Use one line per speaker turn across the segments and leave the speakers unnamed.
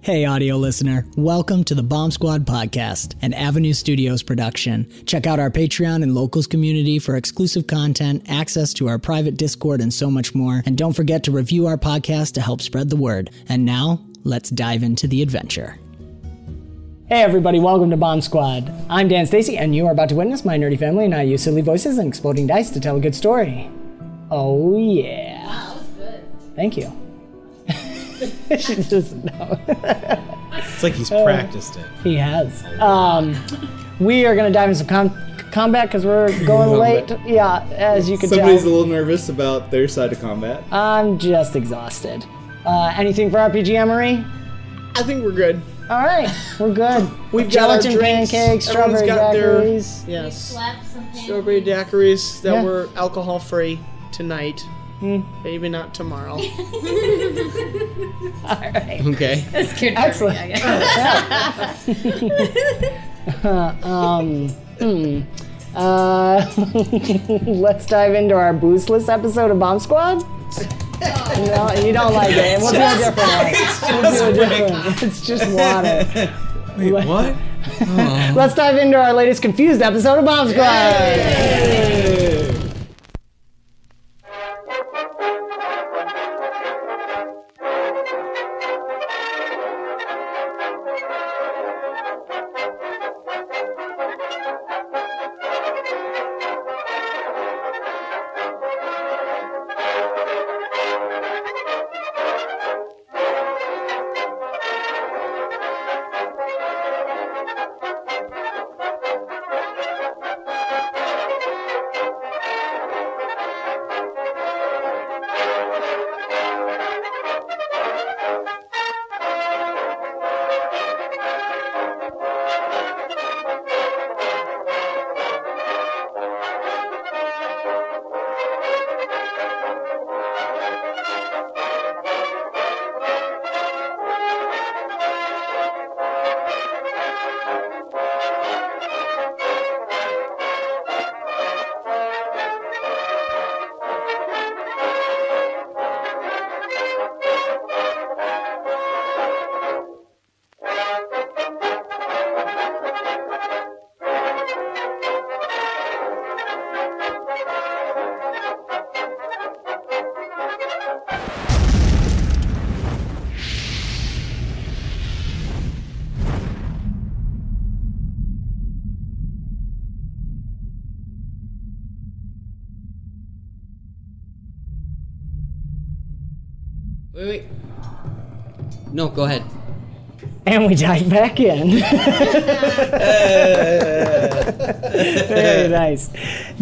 Hey, audio listener, welcome to the Bomb Squad podcast, an Avenue Studios production. Check out our Patreon and locals community for exclusive content, access to our private Discord, and so much more. And don't forget to review our podcast to help spread the word. And now, let's dive into the adventure. Hey everybody, welcome to Bomb Squad. I'm Dan Stacy, and you are about to witness my nerdy family and I use silly voices and exploding dice to tell a good story. Oh yeah. Wow, that's good. Thank you. she just no.
It's like he's practiced it.
He has. Um, we are going to dive into some com- combat because we're going late. Yeah, as you can
Somebody's a
tell,
little nervous about their side of combat.
I'm just exhausted. Uh, anything for RPG Emery?
I think we're good.
All right, we're good.
We've got our
gelatin
drinks.
pancakes,
Everyone's
strawberry
got their-
daiquiris.
Yes.
Slap
Strawberry daiquiris that
Yeah. Hmm.
were alcohol free tonight. Maybe not tomorrow.
Okay.
Excellent. um, hmm. Uh, let's dive into our boostless episode of Bomb Squad. No, you don't like it. We'll do a different one. We'll do a different one. It's just water.
Wait, what?
Let's dive into our latest confused episode of Bomb Squad.
Wait, wait. No, go ahead.
And we dive back in. Very nice.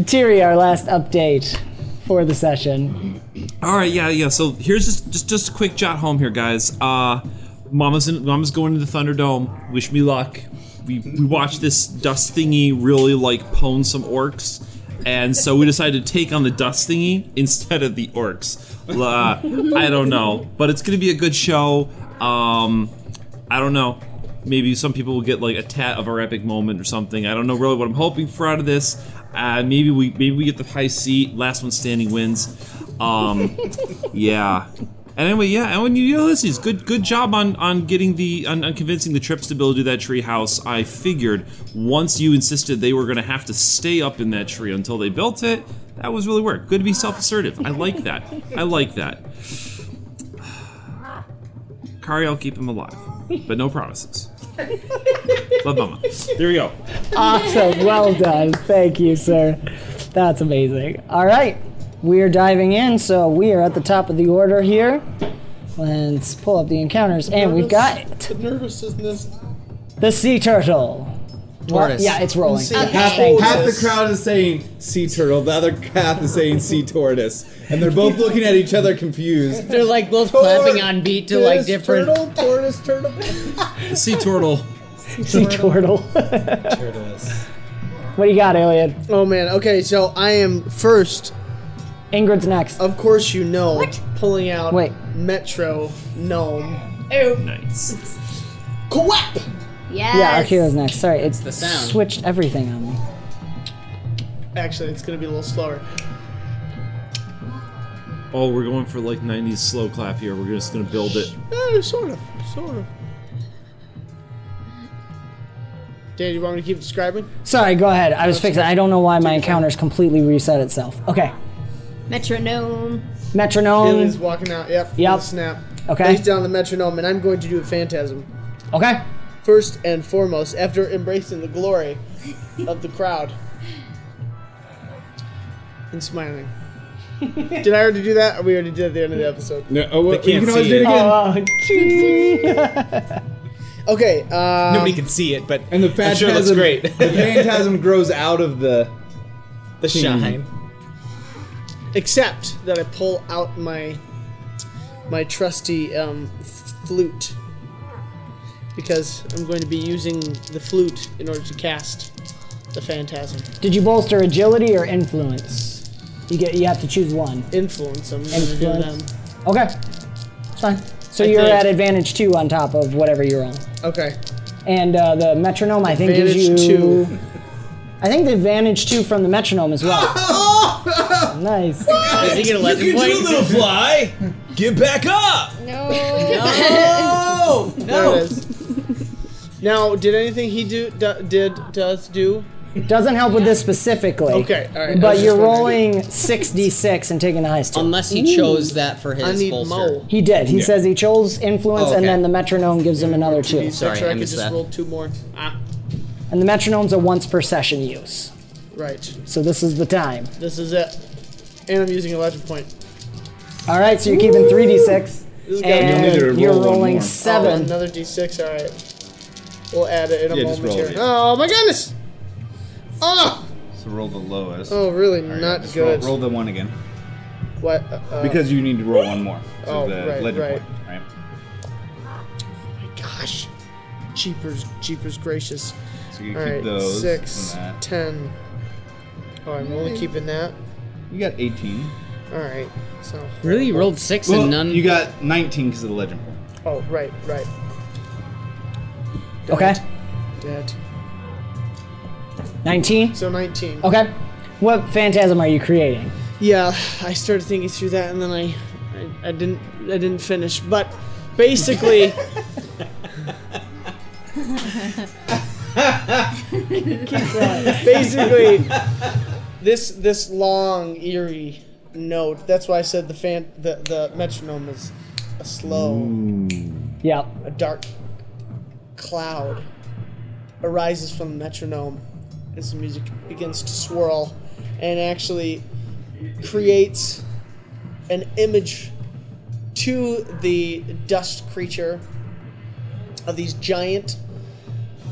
Tiri, our last update for the session.
All right, yeah, yeah. So here's just just just a quick jot home here, guys. Uh, Mama's in, Mama's going to the Thunderdome. Wish me luck. We we watched this dust thingy really like pwn some orcs, and so we decided to take on the dust thingy instead of the orcs. Uh, I don't know, but it's gonna be a good show. Um, I don't know. Maybe some people will get like a tat of our epic moment or something. I don't know really what I'm hoping for out of this. Uh, maybe we maybe we get the high seat, last one standing wins. Um, yeah. And anyway, yeah, and when you Ulysses, good good job on on getting the on, on convincing the trips to build to that tree house. I figured once you insisted they were gonna have to stay up in that tree until they built it, that was really work. Good to be self-assertive. I like that. I like that. Kari, I'll keep him alive, but no promises. Love, Mama. There we go.
Awesome. Well done. Thank you, sir. That's amazing. All right. We're diving in, so we are at the top of the order here. Let's pull up the encounters, and we've got it.
The nervousness.
The sea turtle. Well,
Tortoise.
yeah, it's rolling.
Okay.
Thank you.
Half the crowd is saying sea turtle, the other half is saying sea tortoise, and they're both looking at each other confused.
They're like both clapping on beat to like different.
turtle, tortoise, turtle,
The sea turtle.
Sea turtle. what
tortoise.
do you got, Iliad?
Oh man. Okay, so I am first.
Ingrid's next.
Of course, you know, pulling out
Wait.
Metro Gnome.
Nice.
Quap.
Yes.
Yeah, Akira's next. Sorry, it's
the sound.
switched everything on me.
Actually, it's gonna be a little slower.
Oh, we're going for like 90s slow clap here. We're just gonna build it.
Eh, sort of. Sort of. Dan, you want me to keep describing?
Sorry, go ahead. I was fixing. I don't know why my encounter's completely reset itself. Okay,
Metronome.
metronome.
Billy's walking out. Yep. with
Yep.
a Snap.
Okay.
Lays down the metronome, and I'm going to do a phantasm.
Okay.
First and foremost, after embracing the glory of the crowd and smiling. Did I already do that? Or we already did it at the end of the episode?
No, oh, well,
They
you
can't
can always
see
do it
it.
again.
Oh, gee.
Okay. Um,
Nobody can see it, but
and the
I'm sure
phantasm,
it looks great.
the phantasm grows out of the.
the shine.
except that I pull out my my trusty um, f- flute because I'm going to be using the flute in order to cast the phantasm
Did you bolster agility or influence? You get. You have to choose one.
influence. I'm going to do them.
Influence. Okay. It's fine. So
I
you're
think-
at advantage two on top of whatever you're on,
Okay.
and uh, the metronome I think gives
Advantage
you.
two.
I think the advantage two from the metronome as well. Oh. nice.
Does he get a legend point?
fly. Get back up.
No.
Oh,
There it is. now, did anything he do, do did does do?
Doesn't help with this specifically.
Okay, all right, I was
But
just
you're
wondering.
rolling six d six and taking the highest two.
Unless he chose that for his
I need
bolster.
Mo.
He did. He says he chose influence,
Oh,
and
okay.
then the metronome gives him another two.
Sorry,
sure
I
I, could
missed
just
that.
roll two more. Ah,
And the metronome's a once per session use.
right.
So this is the time.
This is it. And I'm using a legend point.
All right, so you're keeping 3d6.
This is gotta be
And
need to
you're
roll one
rolling
more.
Oh,
seven.
another d6, alright. We'll add it in a
Yeah, just
moment
roll
here.
it, yeah.
Oh my goodness! Oh!
So roll the lowest.
Oh, really? not
Just
good.
Roll, roll the one again
What? Uh, uh,
because you need to roll one more. So
Oh,
the
right,
legend
right.
point, right?
gosh. Jeepers, jeepers gracious.
So you keep
Alright,
those.
six,
and that.
ten. Oh, I'm only keeping that.
You got 18.
Alright, so.
Really, you rolled six
Well,
and none.
you got 19 because of the legend point.
Oh, right, right.
Okay,
Dead.
19.
So 19.
Okay. What phantasm are you creating?
Yeah, I started thinking through that, and then I, I, I didn't, I didn't finish. But basically, basically, this this long eerie note. That's why I said the fan, the the metronome is a slow,
Yep.
a dark cloud arises from the metronome as the music begins to swirl, and actually creates an image to the dust creature of these giant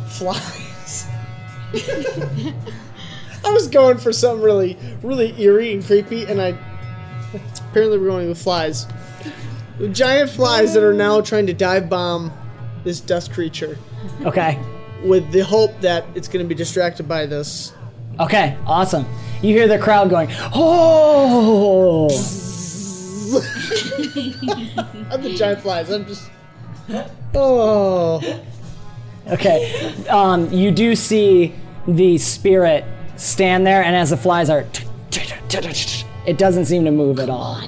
flies. I was going for something really, really eerie and creepy, and I apparently we're going with flies. Giant flies that are now trying to dive bomb this dust creature
Okay.
with the hope that it's going to be distracted by this.
Okay, awesome. You hear the crowd going, oh!
I'm the giant flies. I'm just
Oh. Okay. Um, you do see the spirit stand there, and as the flies are, it doesn't seem to move at all.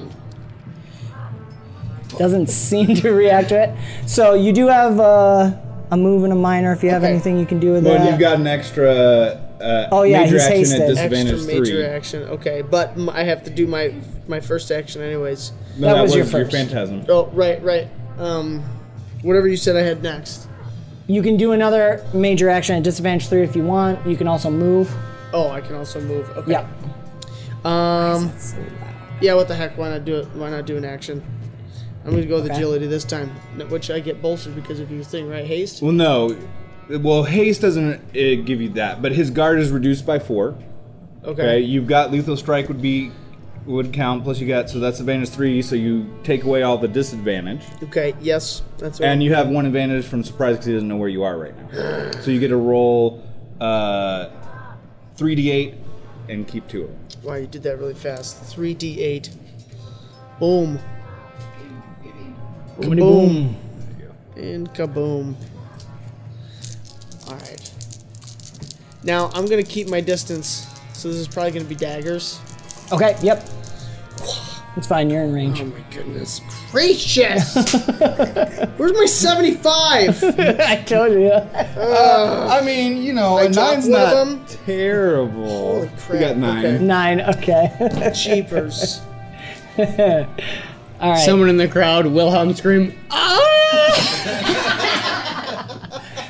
Doesn't seem to react to it. So you do have uh, a move and a minor. If you have anything you can do with
When
that.
you've got an extra. Uh,
Oh, yeah,
major
he's
action
hasted.
at
Extra
disadvantage
Extra major
three.
action. Okay, but m- I have to do my my first action anyways.
No, That that was your was your first. phantasm.
Oh, right, right. Um, whatever you said I had next.
You can do another major action at disadvantage three if you want. You can also move.
Oh, I can also move. Okay.
Yeah.
Um. Yeah. What the heck? Why not do it? Why not do an action? I'm gonna go with
Okay.
agility this time, n- which I get bolstered because of your thing, right? Haste.
Well, no. Well, haste doesn't uh, give you that, but his guard is reduced by four.
Okay.
You've got lethal strike would be would count plus you got so that's advantage three, so you take away all the disadvantage,
Okay. Yes. That's right.
and you have one advantage from surprise because he doesn't know where you are right now. so you get to roll uh, three d eight and keep two of them.
Wow, you did that really fast. Three D eight. Boom.
Comedy
And kaboom. Alright. Now I'm gonna keep my distance. So this is probably gonna be daggers.
Okay. Yep. It's fine. You're in range. Oh
my goodness. Gracious! Where's my 75?
I told you.
I mean, you know, a
dropped
nine's
one of
not
them.
terrible. Holy
crap.
You got nine.
Nine. Okay.
Cheapers.
All right.
Someone in the crowd, Wilhelm scream.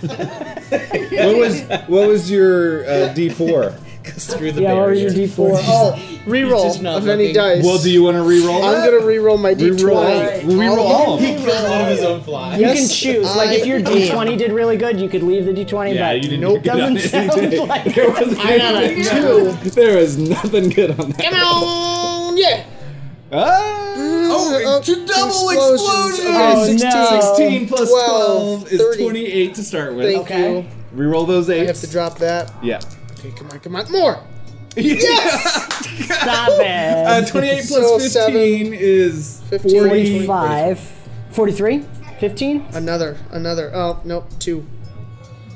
What was what was your uh, D four?
Through
the Yeah, what was your barrier. D4?
Oh, reroll of any dice.
Well, do you want to reroll?
I'm
that?
gonna reroll my D20.
Reroll. We reroll all of them.
killed one of his own flies.
You can choose. Like if your
I
D20 did really good, you could leave the D20.
Yeah,
but
you didn't
Nope.
get
Doesn't
it.
sound like.
There was
I got a
two. There is nothing good on that.
Come on! Yeah!
Ah!
Oh, to double
explosion!
Okay,
Oh,
16,
no.
16 plus 12,
12
is
30.
28 to start with.
Thank
Okay.
you.
Reroll those
I have
eights.
to drop that.
Yeah.
Okay, come on, come on. More!
Yes!
Stop
uh,
it.
28 plus
So
15
seven.
is
15.
40.
45. 43. 15.
Another, another. Oh, nope, two.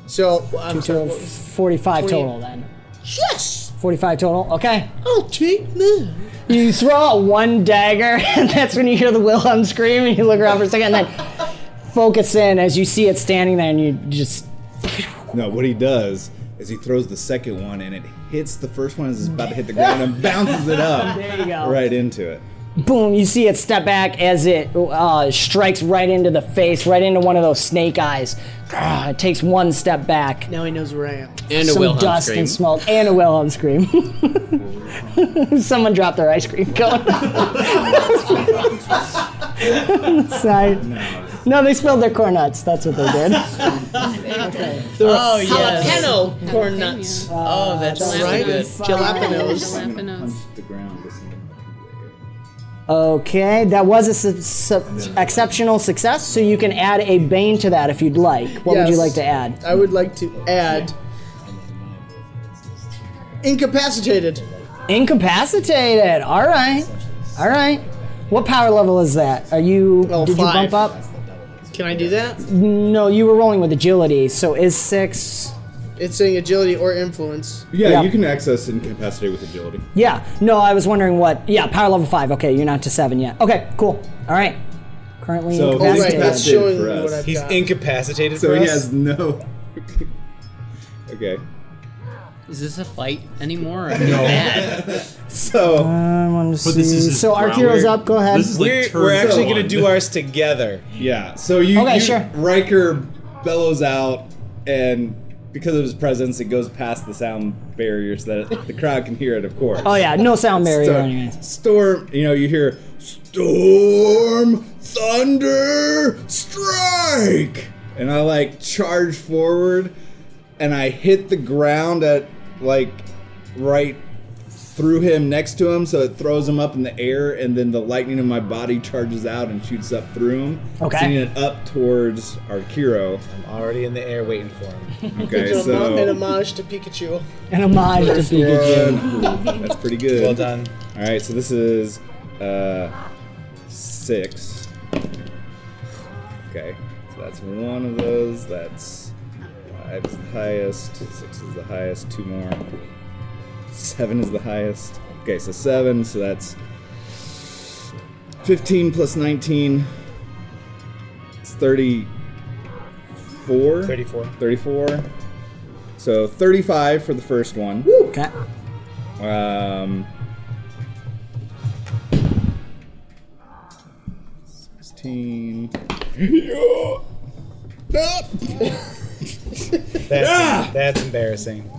So, I'm
So
sorry, what was-
45
Twenty.
total then.
Yes!
45 total. Okay.
I'll take this.
You throw out one dagger, and that's when you hear the Wilhelm scream, and you look around for a second, and then focus in as you see it standing there, and you just.
No, what he does is he throws the second one and it hits the first one as it's about to hit the ground and bounces it up
There you go.
right into it.
Boom! You see it step back as it uh, strikes right into the face, right into one of those snake eyes. Ah, it takes one step back.
Now he knows where I am.
And a
Some
Wilhelm
dust
scream.
and smoke, and a Wilhelm scream. Someone dropped their ice cream cone. Side. No. they spilled their corn nuts. That's what they did.
oh, yes.
Jalapeno corn nuts.
Uh,
Oh, that's
right.
right. good.
Jalapenos.
I'm gonna punch the ground this time.
Okay, that was a su- su- exceptional success. So you can add a bane to that if you'd like. What would
Yes.
you like to add?
I would like to add. Incapacitated.
Incapacitated. All right. All right. What power level is that? Are you?
Oh,
did you
five.
bump up?
Can I do that?
No, you were rolling with agility. So is six?
It's saying agility or influence.
Yeah,
Yeah.
you can access incapacity with agility.
Yeah. No, I was wondering what. Yeah, power level five. Okay, you're not to seven yet. Okay, cool. All right. Currently
So-
Oh, right,
incapacitated.
that's
Incapacitated
showing
for
me what
us.
I've
He's
got.
incapacitated
So
for
he
us.
has no. okay.
Is this a fight anymore? Or no.
So
I wanted to
But this is
see.
his
So our
round.
hero's up. Go ahead.
This is like
we're,
turn
we're actually going
one.
to do ours together.
yeah, so you,
Okay,
you-
sure.
Riker bellows out, and because of his presence, it goes past the sound barrier so that the crowd can hear it. Of course.
oh yeah, no sound barrier. Anyways.
storm. You know, you hear storm, thunder, strike, and I like charge forward, and I hit the ground at like right through him, next to him, so it throws him up in the air, and then the lightning in my body charges out and shoots up through him,
Okay.
sending it up towards our Kiro.
I'm already in the air waiting for him.
Okay,
An homo- an
so.
homage to Pikachu.
An homage to Pikachu.
One. That's pretty good.
Well done.
All right, so this is uh, six. Okay, so That's one of those. That's five is the highest. Six is the highest. Two more. Seven is the highest. Okay, so seven. So that's fifteen plus nineteen. It's thirty-four.
34.
34. So 35 for the first one.
Okay.
Um, 16. Yeah. Ah!
That's,
Ah!
that's embarrassing.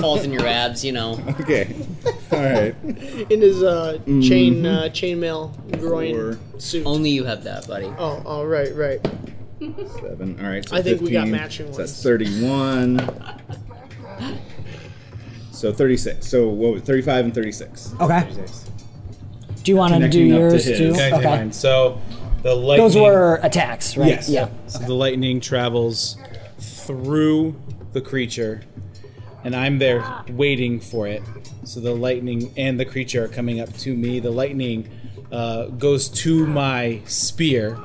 Falls in your abs, you know.
Okay. All right.
in his uh,
Mm-hmm.
chain uh, chainmail groin
Four,
suit.
Only you have that, buddy.
oh, oh, right, right.
seven. All right. So
I think we got
15.
matching
So that's
ones.
31. So 36. So what was 35 and 36?
Okay. Do you want to do
Connecting up to
yours
his.
too?
Okay, fine. So the lightning.
Those were attacks, right?
Yes.
Yeah.
So the lightning travels through the creature, and I'm there waiting for it. So the lightning and the creature are coming up to me. The lightning uh, goes to my spear,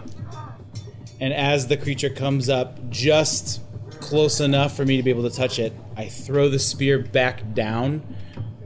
and as the creature comes up just close enough for me to be able to touch it, I throw the spear back down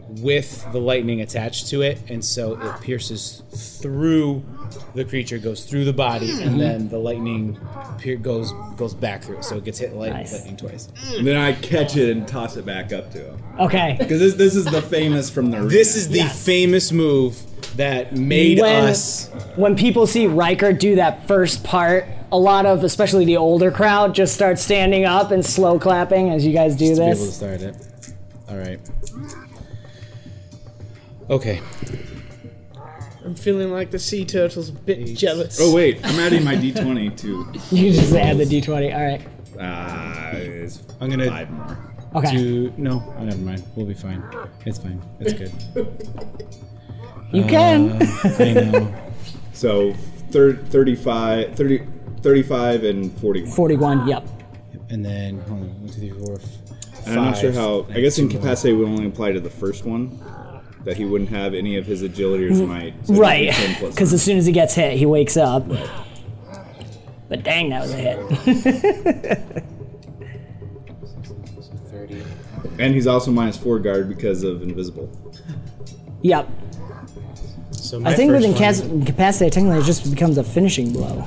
with the lightning attached to it, and so it pierces through the creature, goes through the body,
Hmm.
and then the lightning pier- goes goes back through it. So it gets hit light,
Nice.
lightning twice.
Mm.
And then I catch it and toss it back up to him.
Okay.
Because this, this is the famous from the.
This is the famous move that made
When-
us.
When people see Riker do that first part, a lot of, especially the older crowd, just start standing up and slow clapping as you guys do
to be able to
this.
start it. All right. Okay.
I'm feeling like the sea turtle's a bit jealous.
Oh wait, I'm adding my d20 too.
You just add the d20. All right.
Ah, it's
I'm gonna-
five more.
Okay.
Do no. Oh, never mind. We'll be fine. It's fine. It's good. Uh,
you can.
I know.
So thir- 35, 30, 35 and 41.
41. Yep.
And then hold on. One, two, three, four. Five.
And I'm not sure how. I guess
Two more.
incapacity would only apply to the first one. That he wouldn't have any of his agility or his might. So
Mm,
he'd be
Right.
10 plus
Because
nine.
as soon as he gets hit, he wakes up. But dang, that was a hit.
and he's also minus four guard because of invisible.
Yep.
So
I
my
think with
first one-
incas- incapacitate, technically, it just becomes a finishing blow.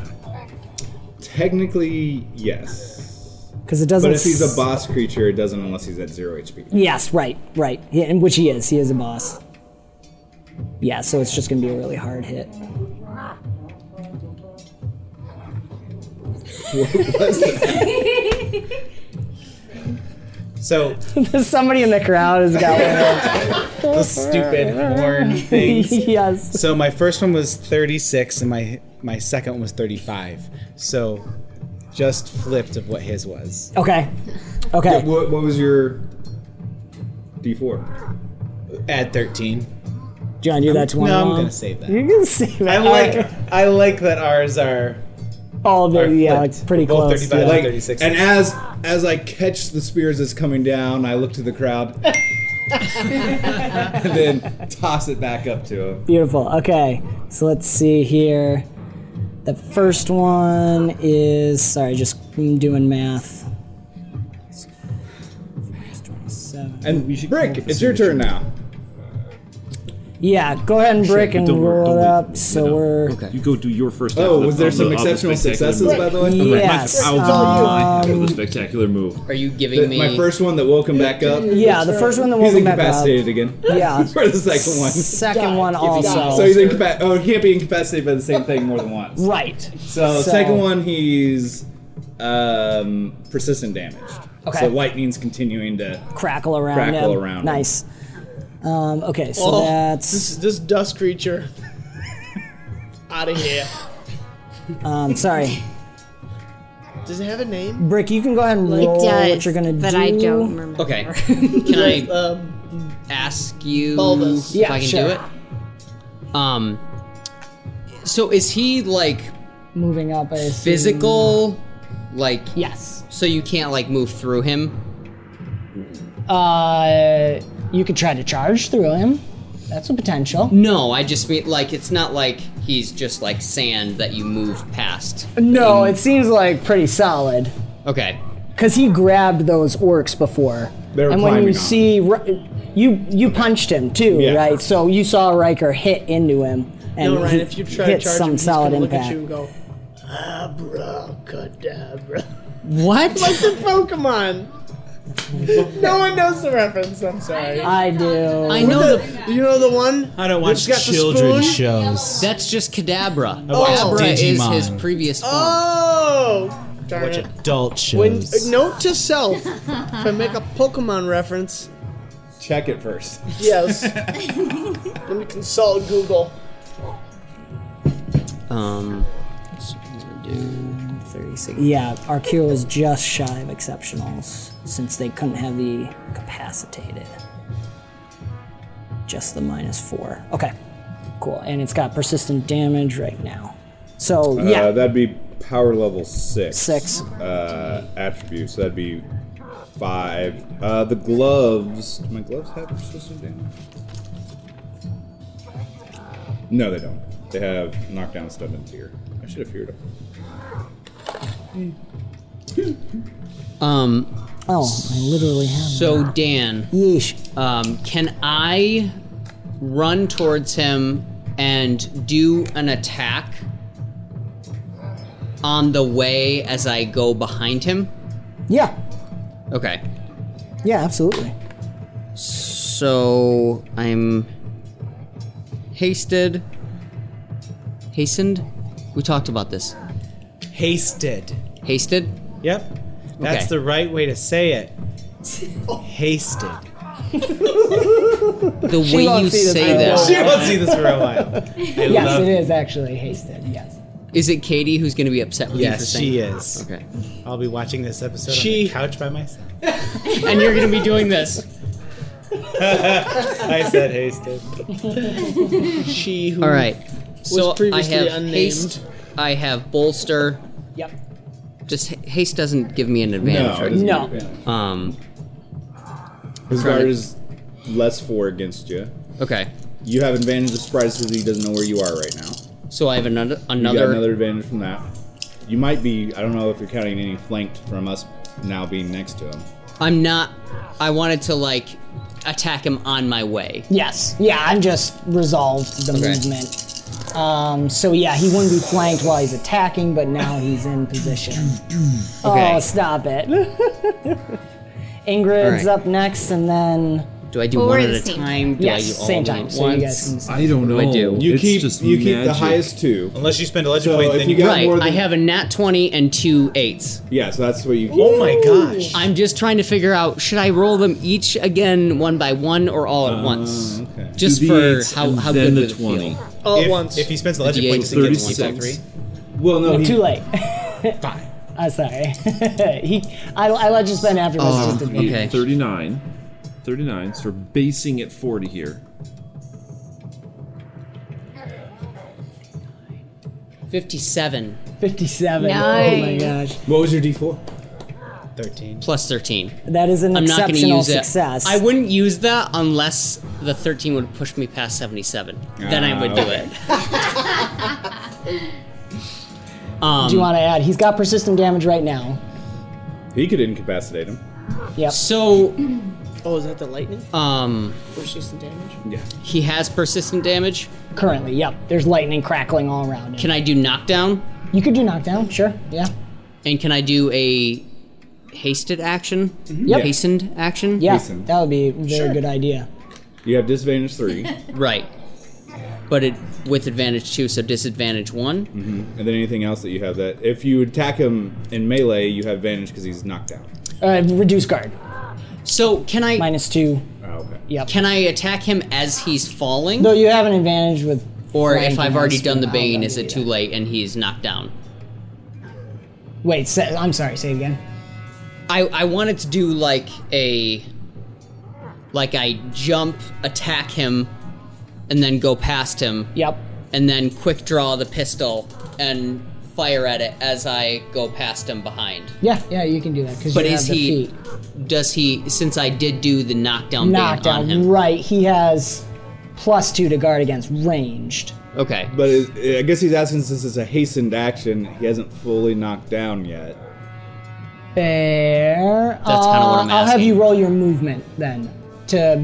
Technically, yes.
Because it doesn't.
But if he's
s-
a boss creature, it doesn't unless he's at zero HP.
Yes, right, right. Yeah, and which he is. He is a boss. Yeah, so it's just gonna be a really hard hit.
So
Somebody in the crowd has got one.
the stupid horn things.
yes.
So my first one was 36, and my my second one was 35. So just flipped of what his was.
Okay. Okay.
What, what was your D4?
At 13.
John, you're that one.
No, I'm
long.
gonna save that.
You're gonna save that.
I
All right.
like I like that ours are
all the
are
yeah,
flipped.
it's pretty
Both
close.
35
yeah.
and 36.
And as as I catch the spears as coming down, I look to the crowd, and then toss it back up to him.
Beautiful. Okay, so let's see here. The first one is sorry, just doing math. Seven.
And we should Brick, it's your turn now.
Yeah, go ahead and brick
Shit,
and
don't worry,
roll
don't
it
leave.
up. So
No, no.
we're
You go do your first.
Oh,
half
was
of
there
the- of
some
the
exceptional
spectacular
successes
move.
by the way?
yes.
I will
um,
tell you my half of the spectacular move.
Are you giving
The-
me
my first one that woke him back up.
yeah, the first one that
He's
won't back up.
incapacitated again.
Yeah.
For the second one.
Second one
So
also.
he's incapacitated. Oh, he can't be incapacitated by the same thing more than once.
Right. So-
So, second one, he's um, persistent damaged.
Okay.
So lightning's continuing to.
Crackle around.
Crackle
him.
around him.
Nice. Um, okay, so
Oh,
that's.
This, this dust creature. Out of here.
I'm Um, sorry,
Does it have a name?
Brick. You can go ahead and roll what you're gonna
but
do.
I don't remember.
Okay. Can I
Um,
ask you
Bulbous.
if
Yeah,
I can
sure.
do it? Um. So is he like
Moving up. I assume.
physical? Like
Yes.
so you can't like move through him?
Uh, you could try to charge through him. That's a potential.
No, I just mean like it's not like he's just like sand that you move past.
No, it seems like pretty solid.
Okay.
Because he grabbed those orcs before.
They were
and when you
climbing on
see. Ri- You, you punched him too,
Yeah.
right? So you saw Riker hit into him. And
no, Ryan,
he
if you try to
hit
charge
some
him, he's
solid
gonna look
impact.
at you and go, Abracadabra.
What?
like the Pokemon. no one knows the reference. I'm sorry.
I do.
I know the. You know the one.
I don't
that's
watch
got the
children's
spoon?
shows.
That's just Kadabra. Oh,
I watch
Kadabra
Digimon.
is his previous form.
Oh, darn
Watch
it.
adult shows.
When, uh, note to self: if I make a Pokemon reference,
Check it first.
yes. Let me consult Google.
Um, let's see what I'm gonna do. 30 seconds.
Yeah, our cure was just shy of exceptionals since they couldn't have the capacitated. Just the minus four. Okay, cool. And it's got persistent damage right now. So,
Uh,
Oh, yeah.
that'd be power level six.
Six.
Uh, attributes. That'd be five. Uh, the gloves. Do my gloves have persistent damage? No, they don't. They have knockdown, stun, and tear. I should have feared them.
Um.
Oh, I literally have.
So Dan. Um, can I run towards him and do an attack on the way as I go behind him?
Yeah,
Okay.
yeah, absolutely.
So I'm hasted. Hastened? We talked about this.
Hasted.
Hasted?
Yep. That's
Okay.
the right way to say it. Hasted.
The
She
way
won't
you
see this
say
for a
that.
while. She won't
see this for a while. I
yes,
love-
it is actually hasted. Yes.
Is it Katie who's going to be upset with you for
Yes,
saying
she
that?
is.
Okay.
I'll be watching this episode on
She-
the couch by myself.
and you're going to be doing this.
I said
Oh,
hasted.
She who.
All right.
Was
So I
previously
have
unnamed.
haste. I have bolster.
Yep.
Just ha- haste doesn't give me an
No,
advantage.
it
right?
doesn't give you an
Um.
His
Trying to-
guard is less four against you.
Okay.
You have advantage of surprise because he doesn't know where you are right now.
So I have another
You got
another.
another advantage from that. You might be. I don't know if you're counting any flanked from us now being next to him.
I'm not. I wanted to like attack him on my way.
Yes. Yeah, I'm just resolved the
Okay.
movement. Um, so yeah, he wouldn't be flanked while he's attacking, but now he's in position.
Okay.
Oh, stop it. Ingrid's
All right.
up next, and then
Do I do
Or
one at
the
a
same
time? Do I do
yes,
all
same
of them
time.
at
So you guys
once?
can.
I don't know.
What do I do?
You
You
it's
keep.
just
you keep the
magic.
highest two.
Unless you spend a legend
So
point,
if
then
you
you.
got-
Right.
more
I
than-
have a nat twenty and two eights.
Yeah, so that's what you keep.
oh my gosh.
I'm just trying to figure out should I roll them each again one by one or all Oh,
Uh.
at once?
Oh, okay.
Just
Two
for
D8s
how
and
how
then
good
the
would it feel?
20.
All
if,
at once.
if he spends the legend point, does he get to keep all three?
36.
Well, no, he,
Too late.
Fine.
I'm sorry. he, I, I let you spend after this. just to be-
Oh, Okay.
39. 39. So we're basing at 40 here.
57
57. Oh my
Nice.
gosh.
What was your D4?
13.
plus 13.
That is an
I'm not going to
exceptional
use
success.
it. I wouldn't use that unless the 13 would push me past 77. then I
Ah,
would do
okay.
it. um,
Do you want to add? He's got persistent damage right now.
He could incapacitate him.
Yep.
so
Oh, is that the lightning?
um,
Persistent damage.
Yeah.
he has persistent damage.
Currently, yep. There's lightning crackling all around him.
Can I do knockdown?
you could do knockdown, sure. Yeah.
And can I do a hasted action?
Mm-hmm. Yep.
Hastened action?
Yeah.
Listen.
That would be a very good idea.
You have disadvantage three,
Right. But it with advantage two, so disadvantage one.
Mm-hmm. and then anything else that you have that. If you attack him in melee, you have advantage because he's knocked down.
Uh, reduce guard.
So can I
Minus two.
Oh, okay.
Yep.
can I attack him as he's falling?
Though you have an advantage with.
or if
flanking
I've already
and
done the
speed.
bane,
Oh,
is it
yeah.
too late and he's knocked down?
Wait, say, I'm sorry, say it again.
I I wanted to do like a like I jump, attack him, and then go past him,
Yep.
and then quick draw the pistol and fire at it as I go past him behind.
Yeah, yeah, you can do that because you
But
have
is
the
he?
feet.
Does he? Since I did do the knockdown, bane on
knockdown.
him,
Right, he has plus two to guard against ranged.
Okay.
But it, I guess he's asking since it's a hastened action, he hasn't fully knocked down yet.
Fair.
That's kinda what I'm
Uh, I'll have
asking.
you roll your movement then to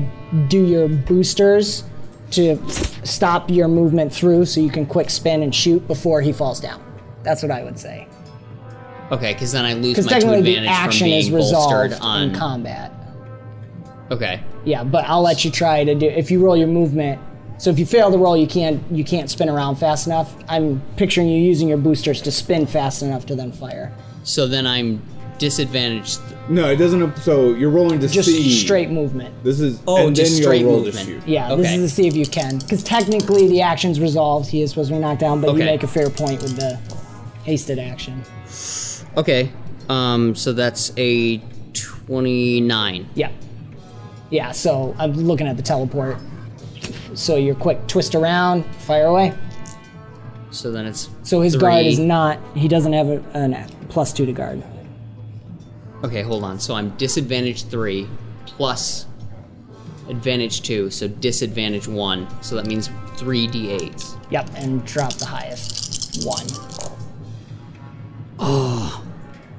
do your boosters to stop your movement through so you can quick spin and shoot before he falls down. That's what I would say.
Okay, because then I lose
Because
my two
technically the
advantage from
action
being
is
bolstered
resolved
on.
in combat.
okay.
Yeah, but I'll let you try to do if you roll your movement. So if you fail the roll, you can't you can't spin around fast enough. I'm picturing you using your boosters to spin fast enough to then fire.
So then I'm disadvantaged.
No, it doesn't. So you're rolling to
Just
see.
straight movement.
This is
Oh,
and
just
then
straight
you'll roll
movement.
To shoot.
Yeah, this
Okay.
is to see if you can, because technically the action's resolved. He is supposed to be knocked down, but you
Okay.
make a fair point with the hasted action.
Okay. Um. So that's a twenty-nine.
Yeah, yeah. So I'm looking at the teleport. So your quick twist around, fire away.
So then it's
So his guard is
three.
not. He doesn't have a, an a- plus two to guard.
Okay, hold on. So I'm disadvantage three plus advantage two, so disadvantage one. So that means three d8s.
Yep, and drop the highest one.
Oh,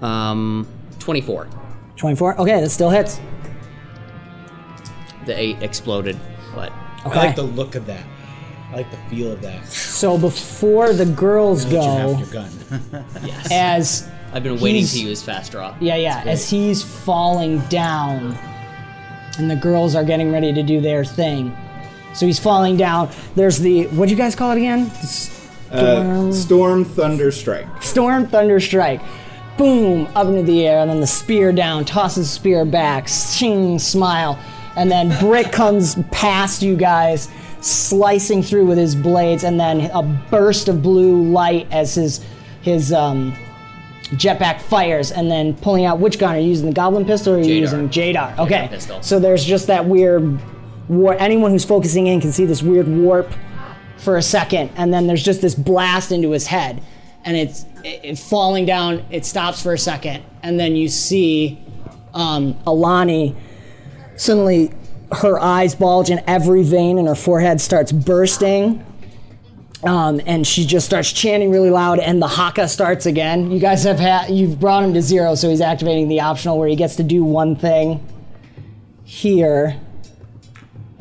Um, 24.
24. Okay, that still hits.
The eight exploded, but
Okay.
I like the look of that. I like the feel of that.
so before the girls
You have
go,
your gun.
as
I've been waiting to
He's-
use fast draw.
yeah, yeah, as he's falling down, and the girls are getting ready to do their thing. So he's falling down. There's the what do you guys call it again? The
Uh, storm, thunder, strike.
Storm Thunder Strike. Boom, up into the air, and then the spear down, tosses spear back, ching, smile, and then Brick comes past you guys, slicing through with his blades, and then a burst of blue light as his his um, jetpack fires, and then pulling out which gun are you using? The Goblin pistol or are you
Jadar.
using Jadar? Okay,
pistol.
so there's just that weird war. Anyone who's focusing in can see this weird warp for a second, and then there's just this blast into his head, and it's it, it falling down. It stops for a second, and then you see um, Alani. Suddenly, her eyes bulge, and every vein in her forehead starts bursting. Um, and she just starts chanting really loud, and the haka starts again. You guys have ha- you've brought him to zero, so he's activating the optional where he gets to do one thing here,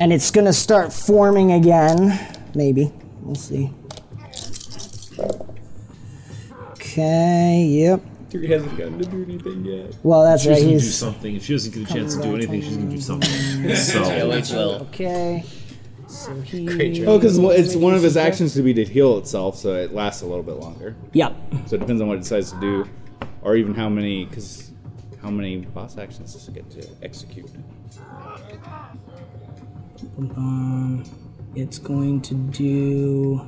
and it's gonna start forming again. Maybe. We'll see. Okay, yep.
He hasn't gotten to do anything yet.
Well, that's right.
She's gonna do
He's.
something. If she doesn't get a chance to do anything, she's gonna do something. So
Okay. So he.
Oh, because it's one of his actions to be to heal itself, so it lasts a little bit longer.
Yep.
So it depends on what it decides to do, or even how many, because how many boss actions does it get to execute?
Um, it's going to do.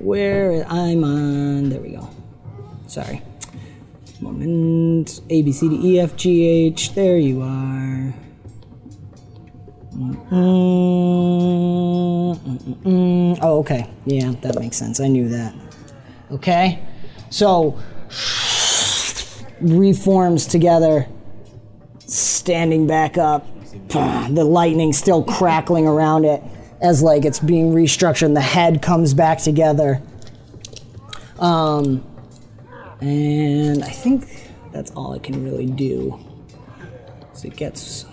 Where I'm on. There we go. Sorry. Moment. A B C D E F G H. There you are. Mm, mm, mm, mm. Oh, okay. Yeah, that makes sense. I knew that. Okay. So reforms together, standing back up. Ah, The lightning still crackling around it as like it's being restructured and the head comes back together. Um and I think that's all it can really do. So it gets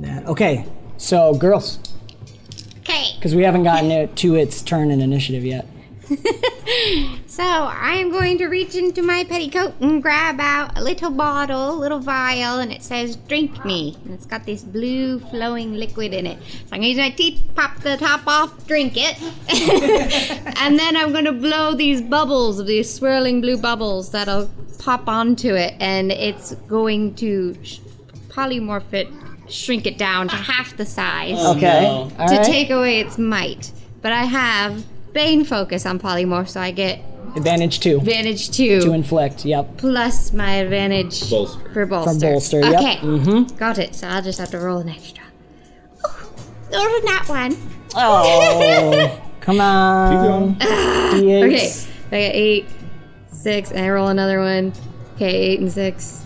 that. Okay. So girls,
Okay.
because we haven't gotten it to its turn in initiative yet.
So I am going to reach into my petticoat and grab out a little bottle, little vial, and it says "Drink me," and it's got this blue flowing liquid in it. So I'm gonna use my teeth, pop the top off, drink it, and then I'm gonna blow these bubbles, these swirling blue bubbles that'll pop onto it, and it's going to sh- polymorph it, shrink it down to half the size
Okay.
no.
All
to
right.
take away its might. But I have Bane focus on polymorph, so I get
advantage two.
advantage two,
To inflict, yep.
plus my advantage
Bolster.
for bolster.
bolster, yep. Mm-hmm.
Okay, got it. So I'll just have to roll an extra. Oh, not that one.
Oh, come on. D8s.
Okay, I got eight, six, and I roll another one. Okay, eight and six,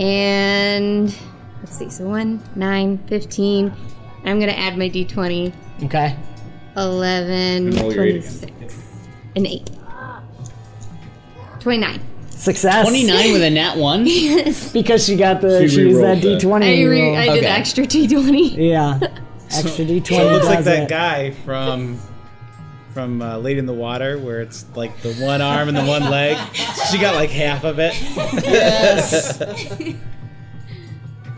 and Let's see. So 1, 9, 15. I'm going to add my d20.
Okay.
11,
roll your eight
26. An 8. 29.
Success.
29 with a nat 1?
Because she got the
She
she, used that
rerolled that.
D20.
I, re-
roll.
I did
Okay.
the extra d20.
yeah. Extra D20.
It looks like
does
that
it.
guy from from uh, Late in the Water, where it's like the one arm and the one leg. She got like half of it.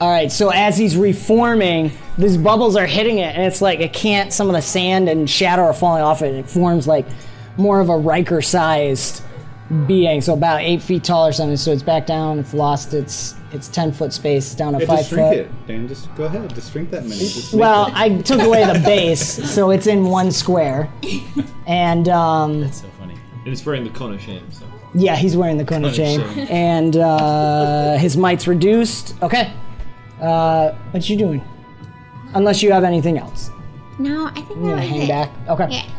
All right, so as he's reforming, these bubbles are hitting it, and it's like it can't. Some of the sand and shadow are falling off it, and it forms like more of a Riker-sized being. So about eight feet tall or something. So it's back down. It's lost its its ten foot space down to
Yeah,
five
just drink
foot.
it, Dan. Just go ahead. Just drink that many. Just make
Well,
it.
I took away the base, so it's in one square, and um,
So funny.
And it's wearing the cone of shame. So.
Yeah, he's wearing the cone of shame, and uh, his might's reduced. Okay, uh, what you doing? Unless you have anything else,
No, I think that
you
was
gonna hang
it.
back. Okay,
Yeah.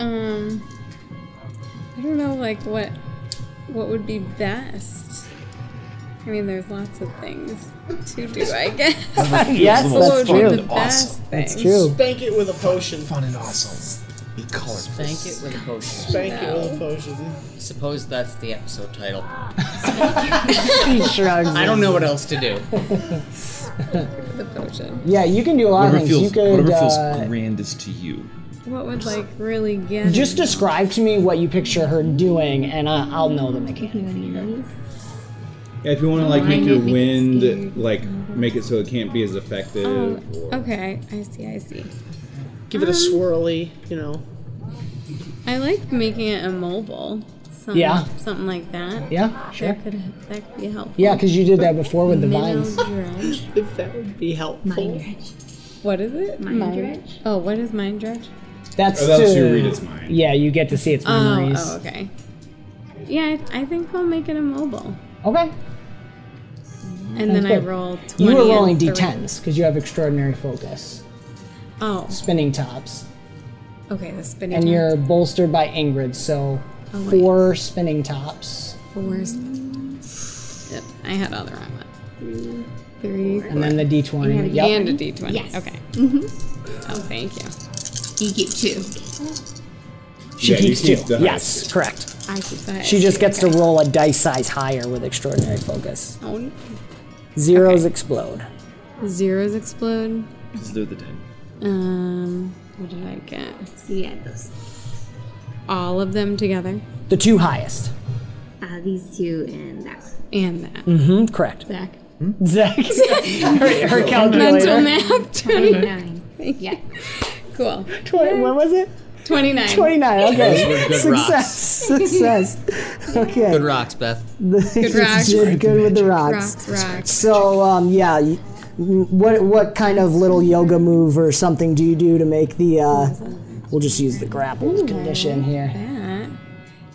Um, I don't know, like what what would be best. I mean, there's lots of things to do, I guess.
yes,
But what
that's
would be
true.
the best thing?
That's true.
Spank it with a potion.
Fun and awesome. Be colorful.
Thank it with a potion.
Spank it with a potion.
Suppose that's the episode title.
He shrugs.
I don't know what else to do.
The potion.
Yeah, you can do a lot of
Whatever
things.
feels,
you could
whatever feels
uh,
grandest to you.
What would like really get?
just describe to me what you picture her doing, and I, I'll know the mechanic.
Yeah, if you want to like make
I
your
make it
wind like make it so it can't be as effective.
Oh,
or-
okay, I see, I see. Um,
Give it a swirly, you know.
I like making it immobile. Some,
Yeah.
Something like that.
Yeah, sure.
That could that could be helpful.
Yeah, because you did that before with the vines.
dredge.
If that would be helpful.
What is it?
Mind dredge?
Oh, what is mind dredge?
That's
Oh, that's
to-
who read its mind.
Yeah, you get to see its
Oh,
memories.
oh, okay. Yeah, I, I think I'll make it immobile,
Okay,
and then I
good.
roll. 20
you were
and
rolling
three.
d10s because you have extraordinary focus.
Oh,
spinning tops,
okay. The spinning.
and
top.
you're bolstered by Ingrid, so
Oh, wait.
four spinning tops,
Fours. Yep, I had all the wrong one. Three.
and then the d20. Yep.
And a d20.
Yes. Mm-hmm.
Okay. Oh, thank you.
You get two.
She
Yeah, you
keeps two.
keep the highest
yes, correct.
I keep that.
She just gets to roll a dice size higher with extraordinary focus.
Oh,
Zeros explode.
zeros explode.
Just do the ten.
Um, what did I get?
So you add those.
All of them together,
The two highest.
Uh, these two and that one.
and that.
Hmm, correct.
Zach.
Zach, her, her
Mental
calculator.
map. 29.
Yeah.
Cool.
Tw- what was it?
29.
29. Okay.
Good
Success.
rocks.
Success. Okay.
Good rocks, Beth.
Good
rocks.
Good with the
Rocks, rocks.
So um, yeah, y- what what kind of little yoga move or something do you do to make the? Uh, we'll just use the grapple condition here.
That.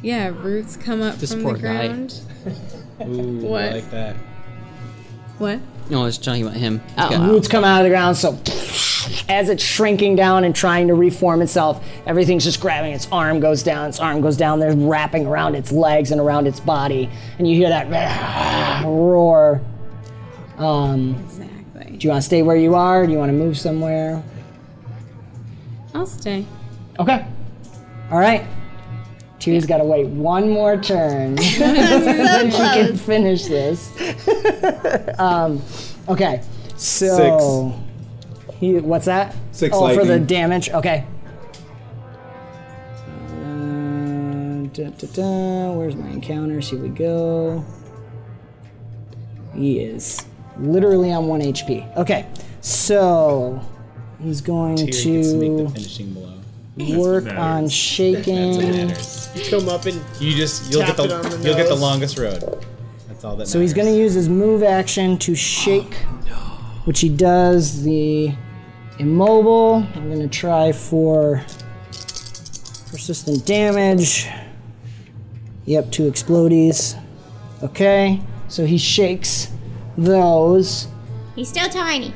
Yeah, roots come up
This
from
poor
the
guy.
ground.
Ooh, I
What?
like that.
What?
No, I was talking about him.
Oh. Roots come out of the ground, so as it's shrinking down and trying to reform itself, everything's just grabbing. Its arm goes down, its arm goes down. They're wrapping around its legs and around its body, and you hear that roar. Um,
Exactly.
do you want to stay where you are? Do you want to move somewhere?
I'll stay.
Okay. All right. Two's got to wait one more turn. then she can finish this. um, okay. So. He, what's that?
Six
Oh, for the
lightning.
damage. Okay. Uh, da, da, da. Where's my encounters? Here we go. He is literally on one HP. Okay. So. He's going
Tyrion gets to make
to
the finishing blow.
work on shaking.
Come up and
You just you'll
Tap
get the,
it on the
you'll get the
nose.
longest road. That's all that.
So he's going to use his move action to shake, which he does. The immobile. I'm going to try for persistent damage. Yep, two explodies. Okay, so he shakes those.
He's still tiny.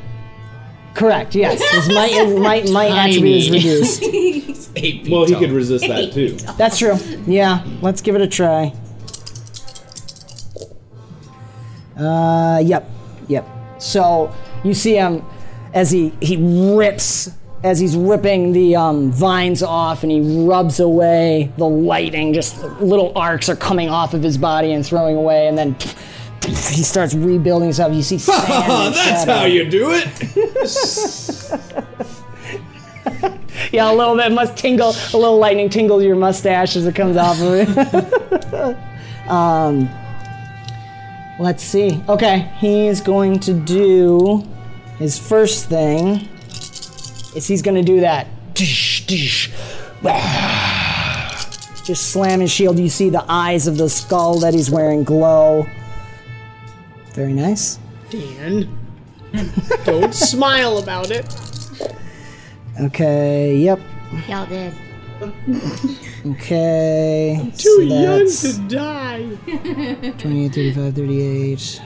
Correct. Yes, his might might might attribute is
Tiny.
reduced.
Well, he could resist that too.
That's true. Yeah, let's give it a try. Uh, yep, yep. So you see him as he he rips as he's ripping the um, vines off and he rubs away the lightning. Just little arcs are coming off of his body and throwing away, and then. He starts rebuilding himself. You see sand. and
Oh, That's
shadow.
how you do it.
Yeah, a little bit must tingle, a little lightning tingles your mustache as it comes off of it. um, let's see. Okay, he's going to do his first thing. Is he's going to do that? Dish, dish. Just slam his shield. You see the eyes of the skull that he's wearing glow. Very nice.
Dan, don't smile about it.
Okay. Yep.
Y'all did.
Okay. I'm
Too young to die.
28, 35, 38.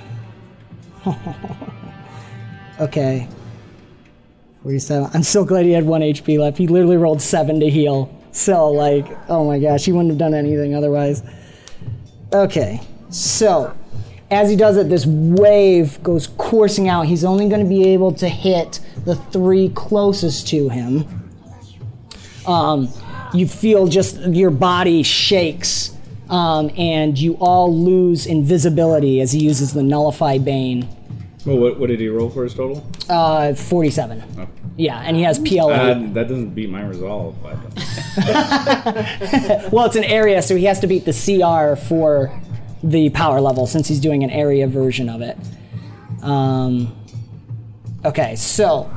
okay. 47. I'm so glad he had one HP left. He literally rolled seven to heal. So, like, oh my gosh, he wouldn't have done anything otherwise. Okay. So, as he does it, this wave goes coursing out. He's only going to be able to hit the three closest to him. Um, you feel just your body shakes, um, and you all lose invisibility as he uses the Nullify Bane.
Well, what, what did he roll for his total?
Uh, 47.
Oh.
Yeah, and he has PLA.
Uh, that doesn't beat my resolve. I don't-
well, it's an area, so he has to beat the CR for the power level since he's doing an area version of it. Um, okay, so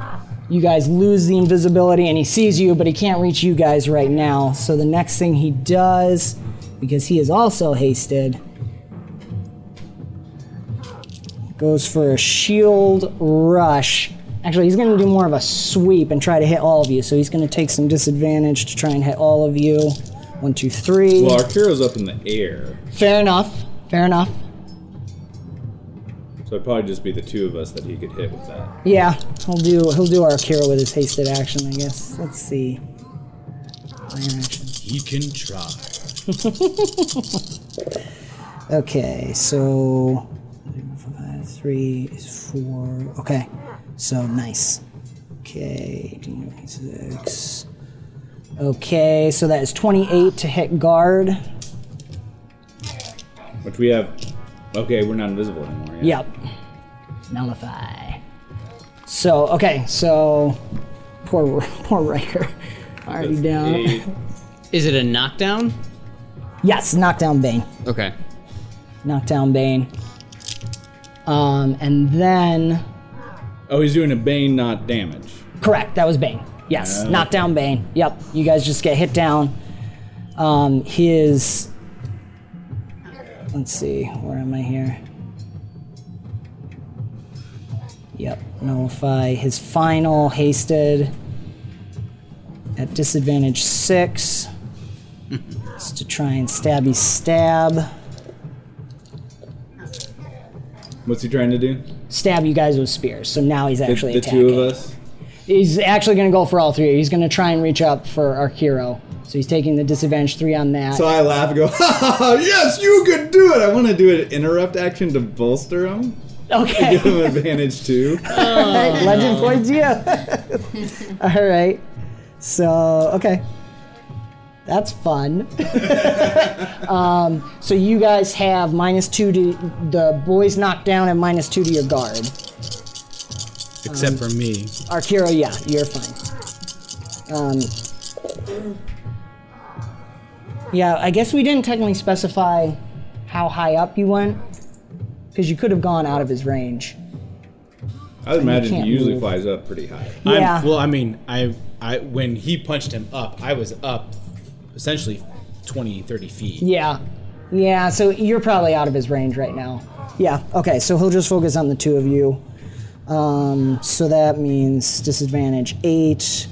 you guys lose the invisibility, and he sees you, but he can't reach you guys right now. So the next thing he does, because he is also hasted, goes for a shield rush. Actually, he's going to do more of a sweep and try to hit all of you. So he's going to take some disadvantage to try and hit all of you. One, two, three.
Well, Arcuro's up in the air,
Fair enough. Fair enough.
so it'd probably just be the two of us that he could hit with that.
Yeah, he'll do he'll do Arkira with his hasted action, I guess. Let's see. Plan action.
He can try.
Okay, so five, three is four. Okay, so nice. Okay, six. Okay, so that is twenty-eight to hit guard.
Which we have. Okay, we're not invisible anymore. Yeah.
Yep. Nullify. So okay, so poor poor Riker, already down.
Is it a knockdown?
Yes, knockdown Bane.
Okay.
Knockdown Bane. Um, and then
Oh, he's doing a bane, not damage.
correct, that was Bane. Yes,
Yeah.
knockdown Bane. Yep, you guys just get hit down. Um, his. Let's see, where am I here? Yep, nullify. His final hasted at disadvantage six. Just to try and stabby stab.
What's he trying to do?
Stab you guys with spears. So now he's
The,
actually
the
attacking.
two of us.
He's actually going to go for all three. He's going to try and reach up for our hero. So he's taking the disadvantage three on that.
So I laugh and go, ha, ha, ha, yes, you could do it. I want to do an interrupt action to bolster him.
Okay.
give him advantage too.
Legend points you. all right. So okay, that's fun. um, so you guys have minus two to the boys knocked down and minus two to your guard.
Except
Um,
for me.
Arkiro, yeah, you're fine. Um, yeah, I guess we didn't technically specify how high up you went, because you could have gone out of his range.
I would
you
imagine
can't
he usually
move.
flies up pretty high.
I'm-
Yeah.
well, I mean, I, I when he punched him up, I was up essentially 20, 30 feet.
Yeah, yeah. So you're probably out of his range right now. Yeah. Okay. So he'll just focus on the two of you. Um, so that means disadvantage eight,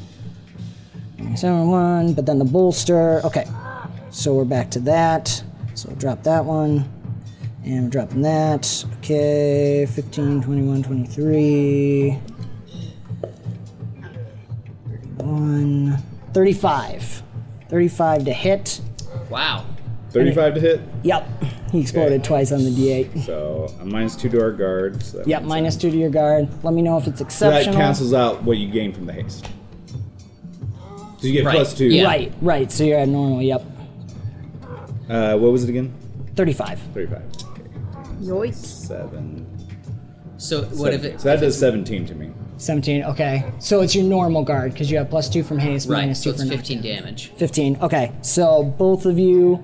seven one. But then the bolster. Okay. So we're back to that. So we'll drop that one. And we're dropping that. Okay, 15, 21, 23. 31, 35. 35 to hit.
Wow.
35 to hit.
Yep. He exploded twice on the D8.
So a minus two to our guard. So that
Yep,
means-
minus two to your guard. Let me know if it's
so that
exceptional.
cancels out what you gain from the haste. So you get plus two.
Right, right. So you're abnormal. Yep.
Uh, what was it again?
35.
35.
Yoice.
Seven.
So what
Seven.
if it?
So that does 17 to me.
17. Okay. So it's your normal guard because you have plus two from haste,
Right.
minus
So
two
it's
from
15 damage.
15. Okay. So both of you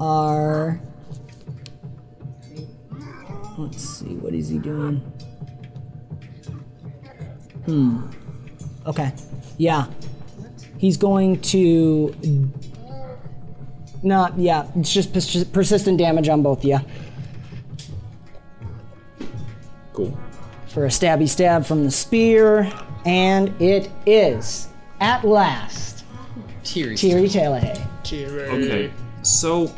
are. Let's see. What is he doing? Hmm. Okay. Yeah. He's going to. Not. Yeah. It's just pers- persistent damage on both of you.
Cool.
for a stabby stab from the spear, and it is at last
Teary.
Tiri Talahe.
Okay. So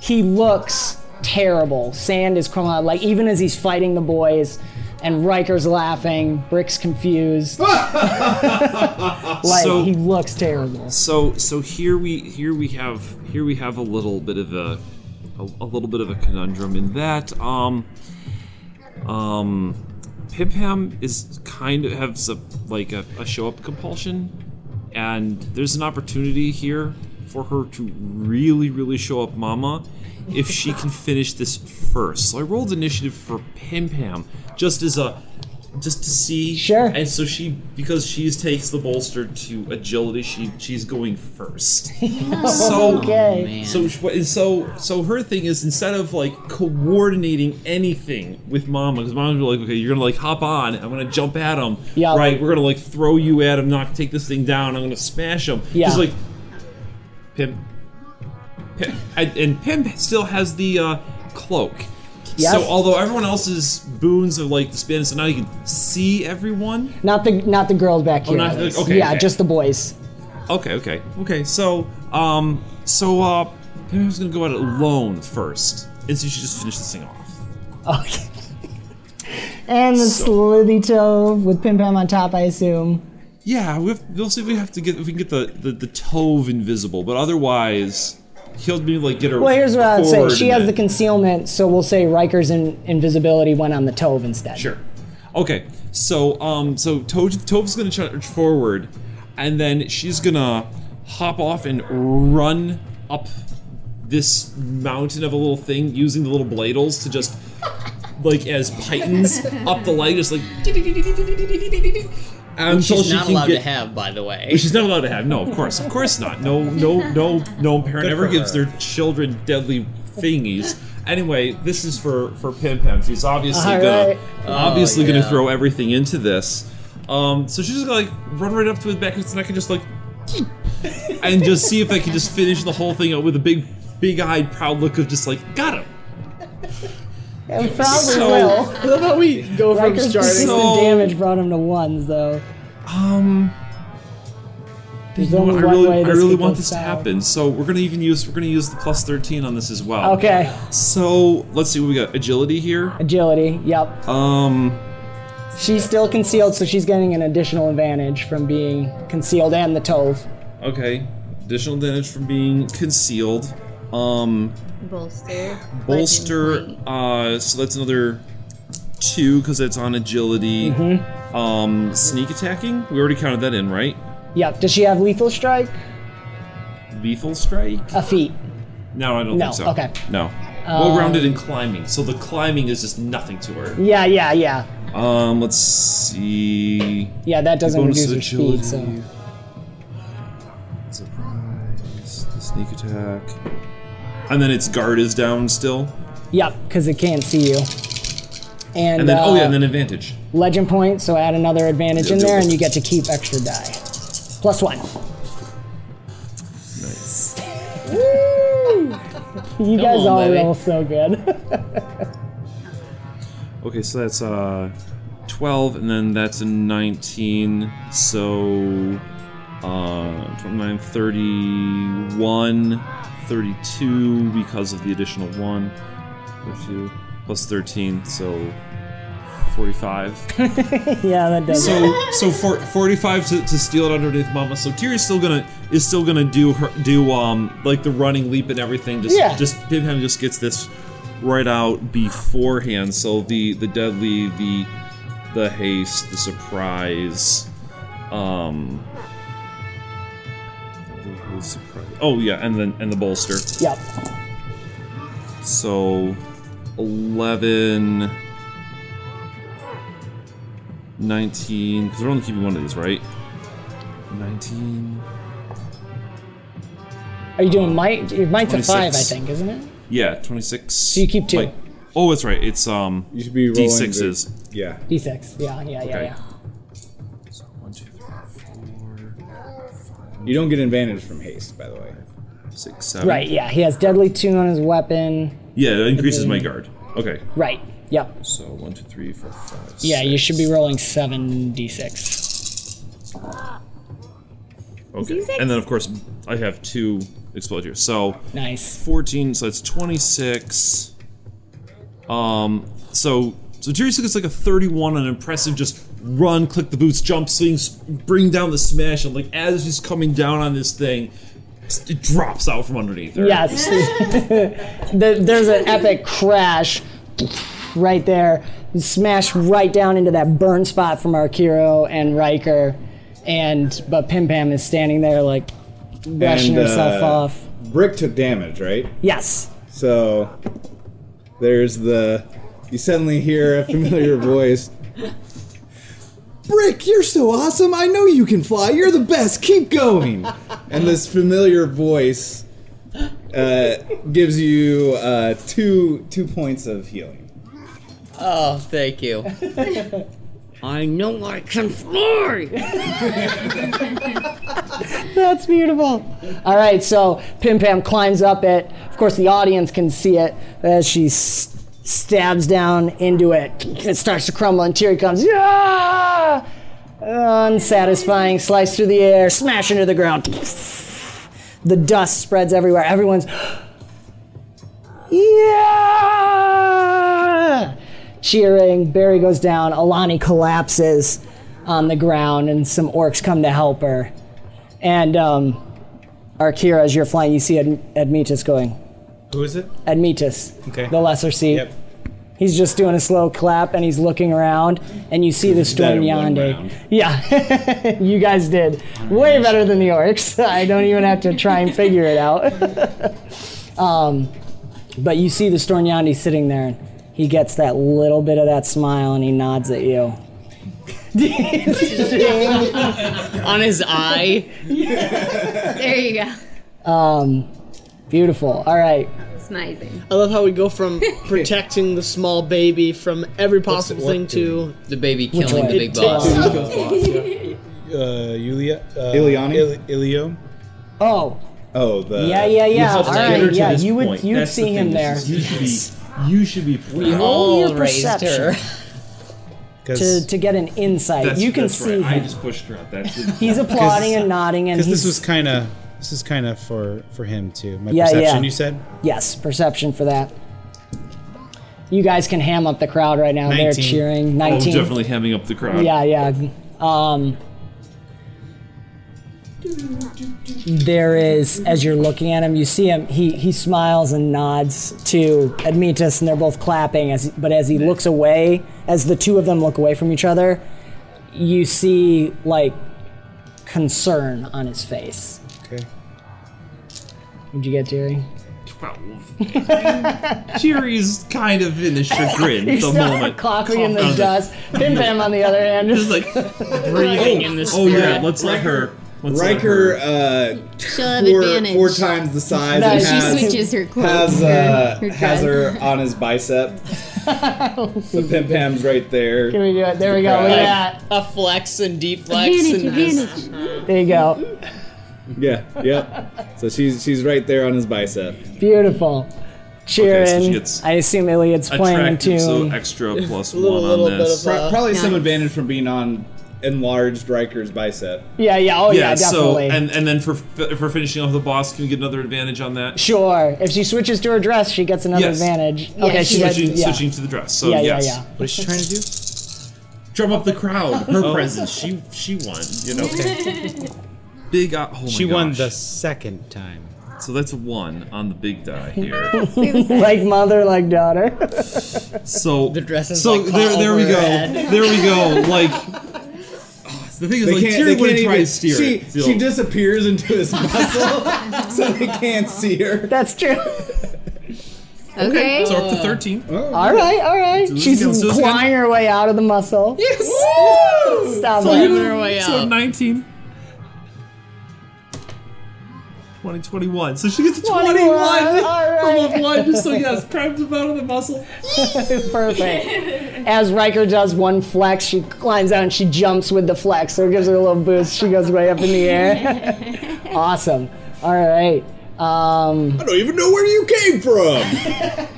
He looks terrible. Sand is crumbling out. Like even as he's fighting the boys, and Riker's laughing, Brick's confused.
Ah!
like
So-
he looks terrible.
so so here we here we have here we have a little bit of a a, a little bit of a conundrum in that um um Pip Ham is kind of has a like a, a show up compulsion and there's an opportunity here for her to really really show up mama if she can finish this first. So I rolled initiative for Pim Pam just as a just to see.
Sure.
And so she, because she takes the bolster to agility, she she's going first. so
okay.
so sh- and so so her thing is instead of like coordinating anything with Mama, because Mama's like, okay, you're gonna like hop on, I'm gonna jump at him,
Yeah.
right? We're gonna like throw you at him, not take this thing down, I'm gonna smash him.
Yeah.
She's like, Pim, Pim, and, and Pim still has the uh, cloak.
Yes.
So although everyone else's boons are like disbanded, so now you can see everyone.
Not the not the girls back here.
Oh, not
at
the-
least.
okay,
yeah,
okay.
just the boys.
Okay, okay, okay. So, um, so uh, Pim was gonna go at it alone first, and so she just finish this thing off.
Okay. and the slithy toe with Pim Pam on top, I assume.
Yeah, we have, we'll see if we have to get if we can get the the, the tove invisible, but otherwise, he'll be like get her.
Well, here's what I would say.
forward
She
and
has the
then-
concealment, so we'll say Riker's in, invisibility went on the Tove instead.
Sure. Okay. So um so Tove Tove's gonna charge forward, and then she's gonna hop off and run up this mountain of a little thing using the little bladles to just like as pythons up the leg, just like until
She's
she
not
can
allowed
get.
to have, by the way.
Which she's not allowed to have. No, of course, of course not. No, no, no, no parent ever gives their children deadly thingies. Anyway, this is for for Pim Pam. She's obviously
All
gonna
right.
obviously
Oh,
gonna
yeah.
throw everything into this. Um, so she's just gonna like run right up to his back of his neck and just like, and just see if I can just finish the whole thing up with a big, big-eyed, proud look of just like got him.
It probably
So-
will.
I love how we go from
Riker's
starting.
persistent
So-
damage brought him to ones, though.
Um,
There's
you know
only
what, I
one
really,
way
I
this
really
could go
want this to
south.
happen. So we're gonna even use we're gonna use the plus thirteen on this as well.
Okay.
So let's see what we got. Agility here.
Agility. Yep.
Um,
She's still concealed, so she's getting an additional advantage from being concealed and the Tove.
okay. Additional damage from being concealed. Um,
Bolster.
bolster.
Bludgeon
Uh, so that's another two because that's on agility.
Mm-hmm.
Um, sneak attacking. We already counted that in, right?
Yep. Does she have lethal strike?
Lethal strike.
A feat.
No, I don't
No,
think so.
okay. Um,
No. well rounded in climbing, so the climbing is just nothing to her.
Yeah, yeah, yeah.
Um, let's see.
Yeah, that doesn't
Bonus
reduce her
agility.
speed, so.
Surprise. The sneak attack. And then its guard is down still.
Yep, because it can't see you. And,
And then, oh yeah,
uh,
and then advantage.
legend point, so add another advantage in
Yeah, do
there,
it.
and you get to keep extra die. Plus one.
Nice.
Oh, You guys
on,
all
baby.
roll so good.
Okay, so that's uh, 12, and then that's a 19. So, uh, 29, 31, 32 because of the additional one. 32 plus 13, so 45.
yeah, that does.
so
it.
so for 45 to, to steal it underneath Mama. So Tiri's still gonna is still gonna do her do um like the running leap and everything. Just
Yeah.
just Pimham just gets this right out beforehand. So the the deadly the the haste the surprise um. the surprise- Oh yeah, and then and the bolster.
Yep.
So 11 19 because we're only keeping one of these, right? 19
Are you doing might? Your might's a five, I
26.
think, isn't it?
Yeah, 26. So
you keep two.
oh, that's right. It's um you should be
rolling the-
D6s.
Yeah.
D6. Yeah, yeah, yeah,
Okay.
yeah.
You don't get advantage from haste, by the way.
Six, seven.
Right. Yeah, he has deadly two on his weapon.
Yeah, it increases my guard. Okay.
Right. Yep.
So one, two, three, four, five.
Yeah, you should be rolling seven d6.
Okay. And then of course I have two explode here. So
Nice.
14, so that's 26. Um so so Tyrese gets like a 31 an impressive just run, click the boots, jump, swing, s- bring down the smash, and like as he's coming down on this thing, it drops out from underneath her.
Yes. The- There's an epic crash right there. You Smash right down into that burn spot from Arkiro and Riker. And but Pim Pam is standing there like brushing
And,
herself
uh,
off.
Brick took damage, right?
Yes.
So there's the. You suddenly hear a familiar voice. Brick, you're so awesome. I know you can fly. You're the best. Keep going. And this familiar voice uh, gives you uh, two two points of healing.
Oh, thank you. I know I can
That's beautiful. All right, so Pim Pam climbs up it. Of course, the audience can see it as she s- stabs down into it. It starts to crumble, and Tiri comes. Yeah! Unsatisfying slice through the air, smash into the ground. The dust spreads everywhere. Everyone's. Yeah! Cheering. Barry goes down. Alani collapses on the ground, and some orcs come to help her. And um, Arkira, as you're flying, you see Ad- Admetus going.
Who is it?
Admetus,
Okay.
the lesser sea.
Yep.
He's just doing a slow clap and he's looking around, and you see the storm
in one
Yande. Yeah, you guys did way better than the orcs. I don't even have to try and figure it out. um, but you see the Stornyandi sitting there, and he gets that little bit of that smile and he nods at you.
On his eye.
There you go.
Um, beautiful. All right.
It's amazing.
I love how we go from protecting the small baby from every possible
what
thing to
the baby
Which
killing
one?
the big
It
boss.
takes- Uh, Yulia. Uh,
Iliani?
Il- Ilio.
Oh.
Oh, the
Yeah, yeah, yeah. All right, yeah. You would you'd see him there.
You should be.
We
proud.
all Roll your raised perception. her. to, to get an insight,
That's-
you can
that's
see
right. I
him.
just pushed her out. That's
He's applauding and nodding, and
Because
he's
this was kind of this is kind of for for him too. My
Yeah,
perception,
yeah.
you said.
yes, perception for that. You guys can ham up the crowd right now. They're
19.
cheering.
Oh,
Nineteen.
definitely hamming up the crowd.
Yeah, yeah. Um, there is, as you're looking at him, you see him. He he smiles and nods to Admetus, and they're both clapping. As but as he looks away, as the two of them look away from each other, you see like concern on his face.
Okay.
What'd you get, Jerry?
Jerry's kind of in a chagrin at
He's
the
not
moment.
cocking in
Calm
the
down.
dust. Pim Pam on the other hand is
like
breathing in the
Oh yeah,
spirit.
let's let her. Let's let her-
Riker, uh,
She'll have
four,
advantage.
four times the size.
No,
and
she
has,
switches her clothes,
Has, uh,
her- her
has
dress.
her on his bicep. so Pim Pam's right there.
Can we do it? There we go. Look at
a flex and deflex and
that. There you go.
Yeah, yep. So she's she's right there on his bicep.
Beautiful. Cheering.
Okay, so she gets
I assume Iliad's playing too.
attractive, so
extra plus
Little-
one on
little
this.
bit of, uh, Pro- probably some advantage from being on enlarged Riker's bicep.
yeah, yeah. Oh, yeah,
So
definitely.
and and then for for finishing off the boss, can we get another advantage on that?
sure. If she switches to her dress, she gets another
Yes.
advantage. okay, she
switching,
gets, yeah.
switching to the dress. So
Yeah, yeah,
yes.
yeah.
What is she trying to do?
drum up the crowd. Her
Oh.
presence. She she won. You know.
Okay.
Big. Uh, oh my
She won
gosh.
the second time.
So that's a one on the big die here.
like mother, like daughter.
So the
dresses,
So
like,
there,
fall
there we
over her
go.
head.
There we go. Like the thing is,
They
like
can't-
Tyrion
they
wouldn't
can't
try to
even-
steer
she,
it. So-
She disappears into his muscle, so they can't see her.
That's true.
Okay.
So up to thirteen.
Oh,
All right, all right.
So this
She's
is- so this is-
clawing her way out of the muscle. Yes. Stop
So
it.
you- so 19. 20, 21. So she gets a 21,
21, all
from
right.
a one. So yes, grabs the bottom of the muscle.
Perfect. As Riker does one flex, she climbs out and she jumps with the flex. So it gives her a little boost. She goes way up in the air. awesome. All right. Um,
I don't even know where you came from.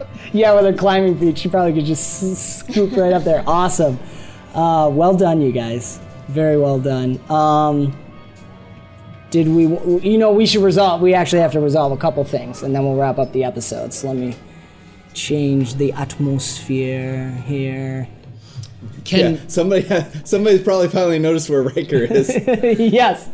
yeah, with her climbing feet, she probably could just s- scoop right up there. Awesome. Uh, well done, you guys. Very well done. Um, did we? You know, we should resolve. We actually have to resolve a couple things, and then we'll wrap up the episode. So let me change the atmosphere here. Can-
Yeah, somebody somebody's probably finally noticed where Riker is.
yes.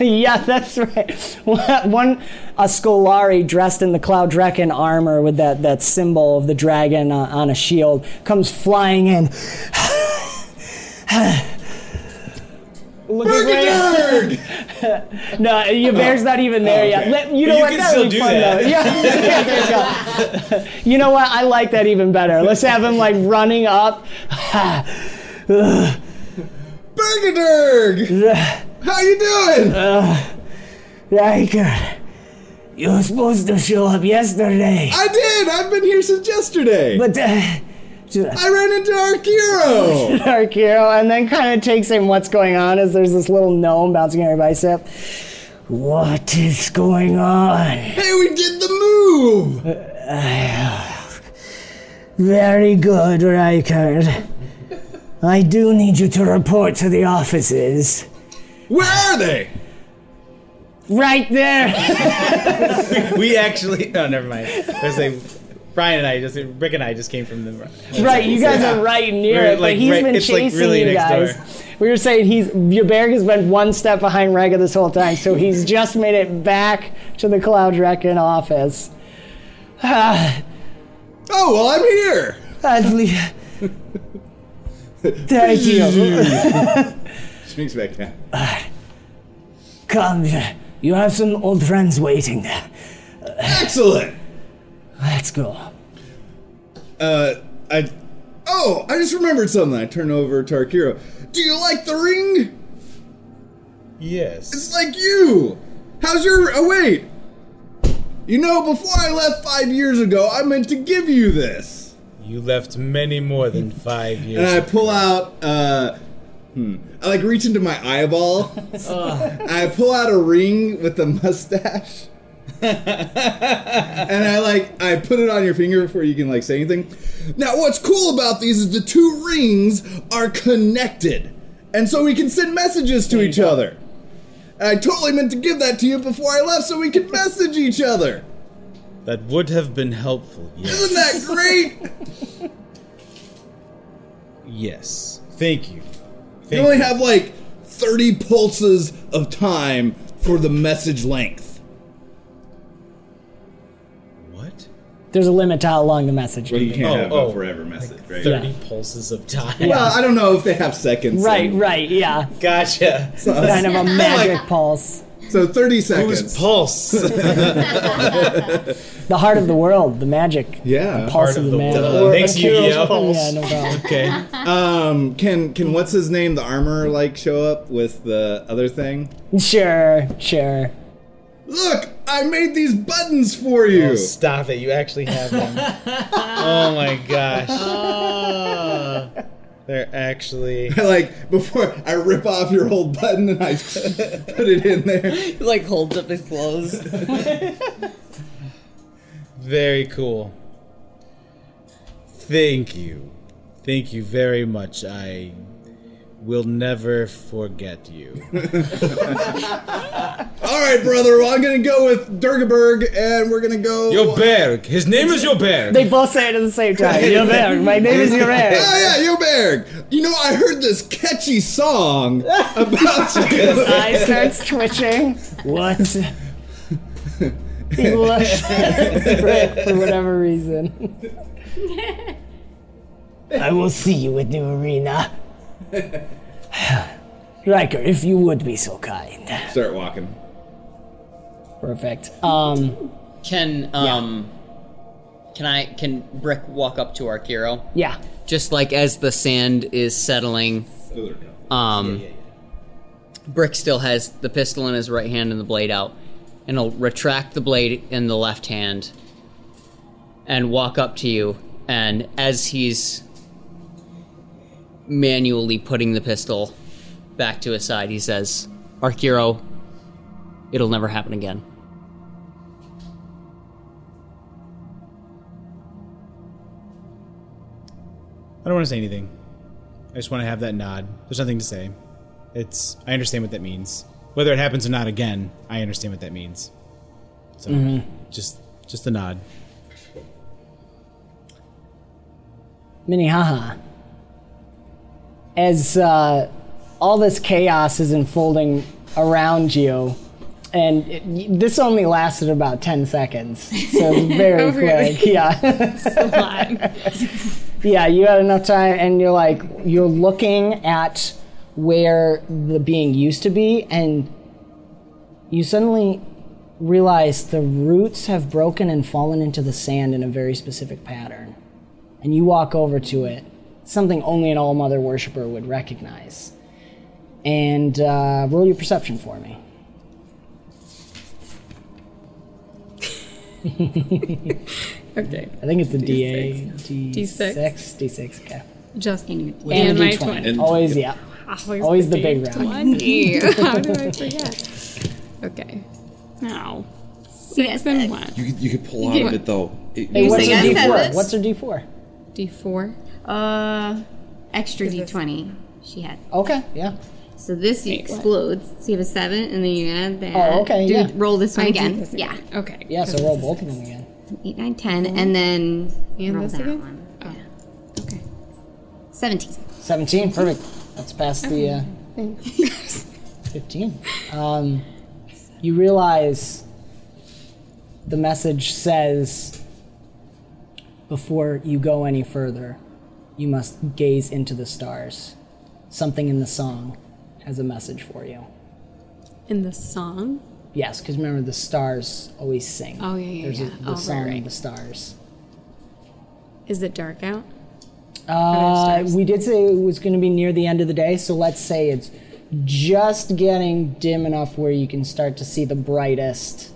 Yeah, that's right. One, a Scolari dressed in the Cloudrekin armor with that, that symbol of the dragon uh, on a shield comes flying in. Looking right at- no, your bear's not even there
Oh,
yet.
okay.
Let- you
But
know
you
what?
can
That'll
still
be
do
fun,
that.
though. Yeah, yeah, there you go. You know what? I like that even better. Let's have him like running up.
Bergaderg! How you doing?
Riker, Uh, you were supposed to show up yesterday.
I did. I've been here since yesterday.
But uh,
I ran into Arkiro.
Dark hero, and then kind of takes in what's going on as there's this little gnome bouncing on her bicep. What is going on? Uh,
hey, we did the move.
Very good, Riker. I do need you to report to the offices.
Where are they?
Right there!
we actually no never mind there's a brian and i just rick and i just came from the
right, you guys are right near
We're
it,
like
but he's
right-
been
it's like
chasing
really
you
next
guys.
door.
We were saying he's your bear has been one step behind Rega this whole time, so he's just made it back to the Cloud Reckon office. Ah,
Oh, well, I'm here.
at least. Thank you.
Sneaks back down.
Come, you have some old friends waiting there.
Excellent.
Let's go.
Uh, I. Oh, I just remembered something. I turn over to Arkiro. Do you like the ring?
yes
It's like you. How's your? Oh wait. You know, before I left five years ago, I meant to give you this.
you left many more than five years
And I
ago.
pull out. uh hmm, I like reach into my eyeball. I pull out a ring with a mustache. and I like I put it on your finger before you can like say anything. Now what's cool about these is the two rings are connected. And so we can send messages to each other. And I totally meant to give that to you before I left so we could message each other.
that would have been helpful yes
Isn't that great?
yes thank you
You
thank
only have like 30 pulses of time for the message length.
what
There's a limit to how long the message
Well, you
is.
can't
Oh,
have
oh.
a forever message, right?
30 pulses of time
Well, I don't know if they have seconds.
Right,
so-
right, yeah.
gotcha
Kind of a magic pulse.
So 30 seconds.
whose pulse
The heart of the world, the magic.
Yeah.
The pulse
Heart
of, the
of the
man.
world.
Or
Thanks,
Akira's
Yu-Gi-Oh.
pulse. Yeah, no problem.
okay
Um, can can what's his name, the armor, like show up with the other thing?
Sure, sure.
Look, I made these buttons for you.
Oh, stop it. You actually have them. oh my gosh. Oh,
Uh.
They're actually.
like before, I rip off your old button and I put it in there.
He, like holds up his clothes.
Very cool. Thank you. Thank you very much. I will never forget you.
All right, brother. Well, I'm gonna go with Durgaberg, and we're gonna go.
Yoberg. His name is Yoberg.
They both say it at the same time. Yoberg. My name is Yoberg.
Oh yeah, Yoberg. You know, I heard this catchy song about
His
you.
eye starts twitching. What? he looks at Rick for whatever reason. I will see you at the arena. Riker, if you would be so kind.
Start walking.
Perfect. Um,
Can um, can I can Brick walk up to our hero?
yeah.
Just like as the sand is settling, um, Brick still has the pistol in his right hand and the blade out, and he'll retract the blade in the left hand, and walk up to you. And as he's manually putting the pistol back to his side, he says, "Arkiro, it'll never happen again."
I don't want to say anything. I just want to have that nod. There's nothing to say. It's I understand what that means. Whether it happens or not again, I understand what that means. So
Mm-hmm.
just just a nod.
Minnehaha. As uh, all this chaos is unfolding around you, and it, y- this only lasted about 10 seconds, so it's very
Oh, really?
quick. Yeah.
Lie.
yeah, you had enough time, and you're like, you're looking at where the being used to be, and you suddenly realize the roots have broken and fallen into the sand in a very specific pattern and you walk over to it, something only an All Mother worshiper would recognize. And uh, roll your perception for me.
Okay.
I think it's a D8. D6.
D6.
D6, okay.
Just
And your
and,
And a
my
D20.
20.
Always, yeah. always the big round.
20. How do I forget? Okay. Now, six
Yes,
and
uh,
one.
You could, you could pull out of it though. It-
Hey, what's
say
her
I said
D4?
this?
What's her D4?
D4.
Uh, extra d20 she had.
Okay, yeah.
So this explodes. So you have a seven, and then you add that.
Oh, okay,
Do-
yeah.
Roll this one
I do
again.
this
yeah,
Okay.
Yeah, so roll both of them again. Mm-hmm.
eight, nine, ten, and then
And
roll
this
that
again?
one.
Oh.
Yeah.
Okay.
Seventeen.
17, perfect. That's past the uh,
Thanks.
15. Um, you realize the message says before you go any further, you must gaze into the stars. Something in the song has a message for you.
In the song?
Yes, because remember, the stars always sing.
Oh, yeah, yeah,
There's
yeah.
A, the
Oh, right,
song
right.
The Stars.
Is it dark out?
Uh,
stars?
we did say it was going to be near the end of the day, so let's say it's just getting dim enough where you can start to see the brightest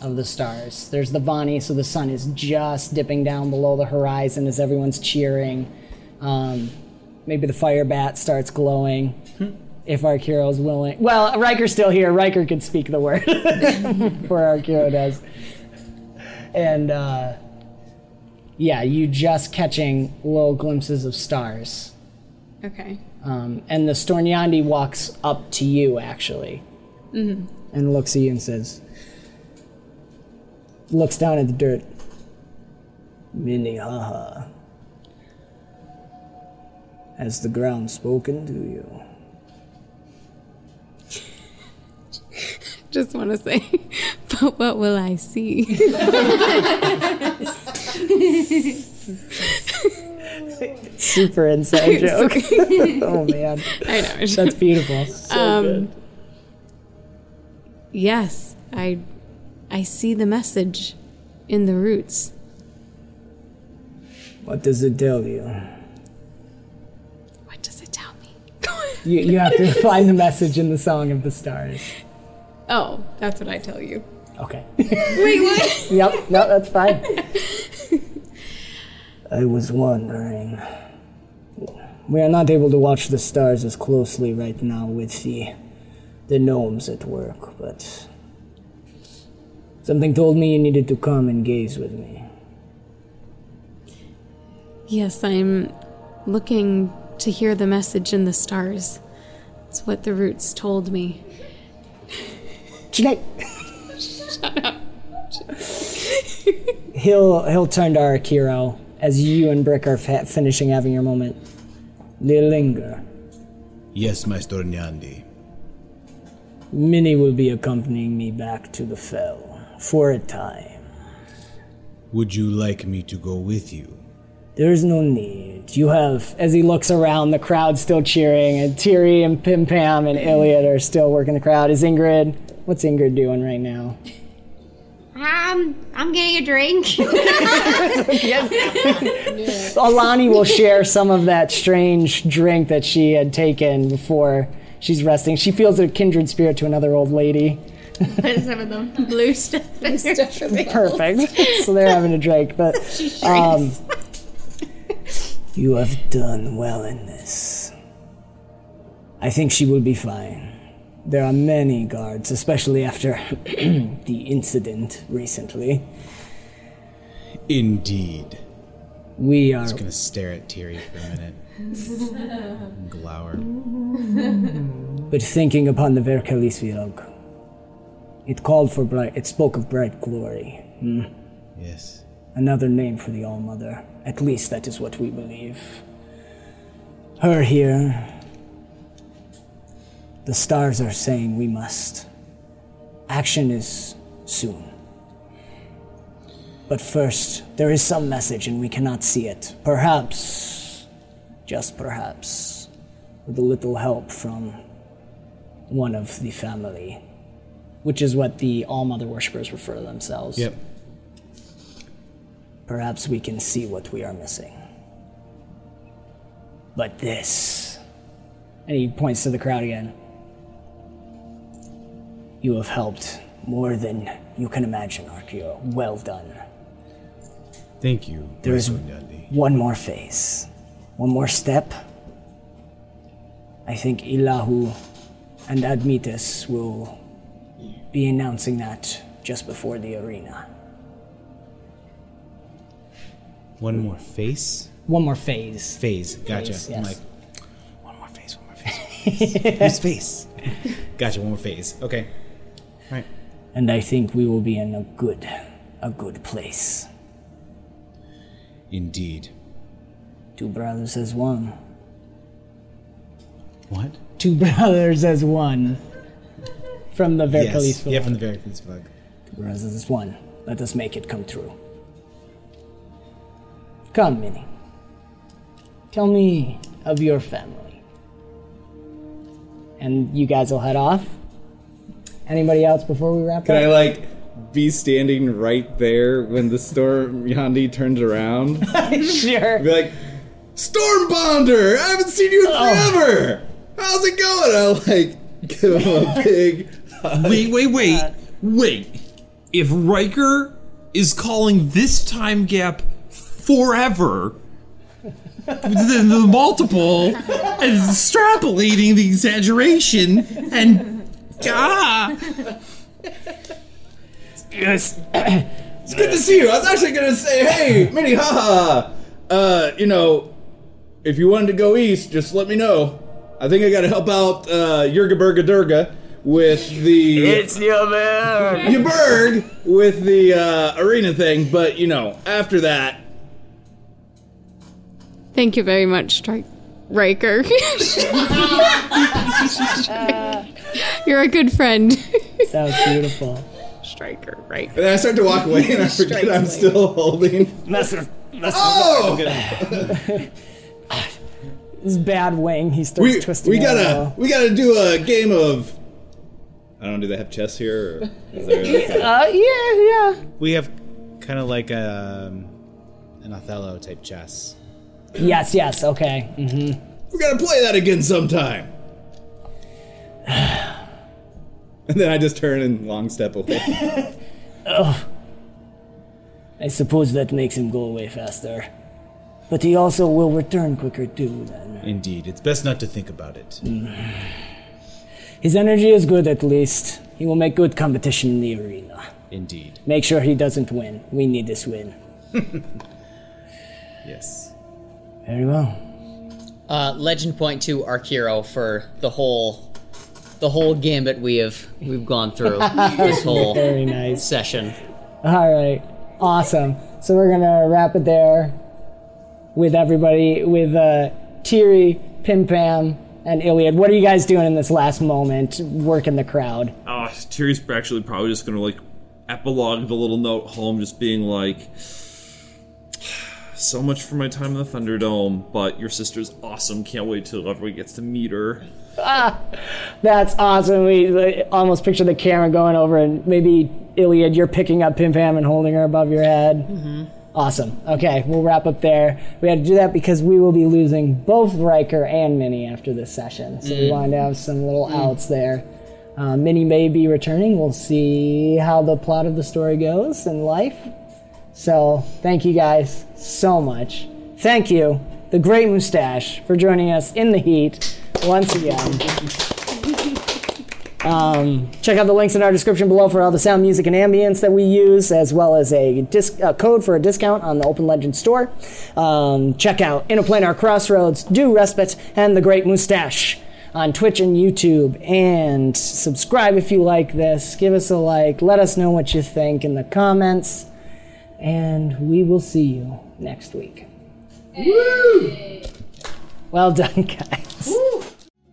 of the stars. There's the Vani, so the sun is just dipping down below the horizon as everyone's cheering. Um, maybe the fire bat starts glowing. If Arkiro's willing. Well, Riker's still here. Riker could speak the word before Arkiro does. And, uh, yeah, you just catching little glimpses of stars.
Okay.
Um, and the Stornyandi walks up to you, actually,
Mm-hmm.
and looks at you and says, looks down at the dirt. Minnehaha. Has the ground spoken to you?
Just want to say, but what will I see?
Super inside joke. oh, man.
I know. it's
That's beautiful.
um, yes, I, I see the message in the roots.
What does it tell you?
What does it tell me?
you? You have to find the message in the Song of the Stars.
oh, that's what I tell you.
Okay.
Wait, what?
yep, no, that's fine. I was wondering. We are not able to watch the stars as closely right now with the the gnomes at work, but something told me you needed to come and gaze with me.
yes, I'm looking to hear the message in the stars. That's what the roots told me.
Shut
up.
He'll he'll turn to Arakiro as you and Brick are fa- finishing having your moment. Lilinga,
Yes, Maestro Nyandi.
Minnie will be accompanying me back to the fell for a time.
Would you like me to go with you?
There is no need. You have, as he looks around, the crowd still cheering, and Tiri and Pim Pam and Iliad are still working the crowd. Is Ingrid? What's Ingrid doing right now?
Um, I'm getting a drink.
Alani will share some of that strange drink that she had taken before she's resting. She feels a kindred spirit to another old lady.
Put some of the blue stuff in your drink.
Perfect. so they're having a drink, but
She shrinks.
um, you have done well in this. I think she will be fine. There are many guards, especially after the incident recently.
Indeed.
We
I'm
are
just gonna stare at Tiri for a minute. Glower.
But thinking upon the Verkalis Virog, it called for bright, it spoke of bright glory. Hmm.
Yes.
Another name for the All Mother. At least that is what we believe. Her here. The stars are saying we must. Action is soon. But first, there is some message and we cannot see it. Perhaps, just perhaps, with a little help from one of the family, which is what the All Mother worshippers refer to themselves.
Yep.
Perhaps we can see what we are missing. But this. And he points to the crowd again. You have helped more than you can imagine, Archeo. Well done.
Thank you.
There is
Maestro Nyandi.
one more phase, one more step. I think Ilahu and Admetus will be announcing that just before the arena.
One more face.
One more phase.
Phase. Gotcha.
Phase,
I'm
yes.
like, one more face. One more face. one more face. Whose face? Gotcha. One more face. Okay. Right.
And I think we will be in a good, a good place.
Indeed.
Two brothers as one.
What?
Two brothers as one. From the Verkalis
yes. Yeah,
Village.
from the very police vlog.
Two brothers as one. Let us make it come true. Come, Minnie. Tell me of your family. And you guys will head off. Anybody else before we wrap
Can
up?
I like be standing right there when the storm Yandi turns around?
sure.
Be like, Stormbonder! I haven't seen you in
Oh.
forever! How's it going? I'll like give him a big
Wait, wait, wait, wait. If Riker is calling this time gap forever, then the multiple is extrapolating the exaggeration and ah.
Yes.
It's good to see you. I was actually gonna say, hey, Minnie, haha. Uh, you know, if you wanted to go east, just let me know. I think I gotta help out uh Yurga Burga Durga with the
your man.
you berg with the uh, arena thing, but you know, after that,
Thank you very much, Stri- Riker. You're a good friend.
That was beautiful.
Striker, right?
and then I start to walk away, and I forget I'm still holding.
Master, master.
Oh,
This bad wing. He starts
we,
twisting.
we
it
gotta
around.
we gotta do a game of. I don't know. Do they have chess here? Or is there
Uh, yeah, yeah.
We have kind of like um, an Othello type chess.
Yes, yes. Okay. Mm-hmm.
we gotta play that again sometime. And then I just turn and long step away.
I suppose that makes him go away faster. But he also will return quicker too then.
Indeed. It's best not to think about it.
Mm. His energy is good at least. He will make good competition in the arena.
Indeed.
Make sure he doesn't win. We need this win.
Yes.
Very well.
Uh, legend point to our hero for the whole, the whole gambit we have we've gone through this whole
Very nice.
session.
All right. Awesome. So we're going to wrap it there with everybody, with uh, Tiri, Pim Pam, and Iliad. What are you guys doing in this last moment, working the crowd?
Ah, Tyrion's actually probably just gonna like epilogue the little note home, just being like, "So much for my time in the Thunderdome, but your sister's awesome. Can't wait till everyone gets to meet her."
Ah, that's awesome. We like, almost picture the camera going over, and maybe Iliad, you're picking up Pim Pam and holding her above your head.
Mm-hmm.
Awesome. Okay, we'll wrap up there. We had to do that because we will be losing both Riker and Minnie after this session. So we
Mm.
wanted to have some little outs there. Uh, Minnie may be returning. We'll see how the plot of the story goes in life. So thank you guys so much. Thank you, the Great Mustache, for joining us in the heat once again. Um, check out the links in our description below for all the sound, music, and ambience that we use, as well as a, dis- a code for a discount on the Open Legend store. Um, check out Interplanar Crossroads, Do Respite, and The Great Mustache on Twitch and YouTube. And subscribe if you like this. Give us a like. Let us know what you think in the comments. And we will see you next week. Well done, guys.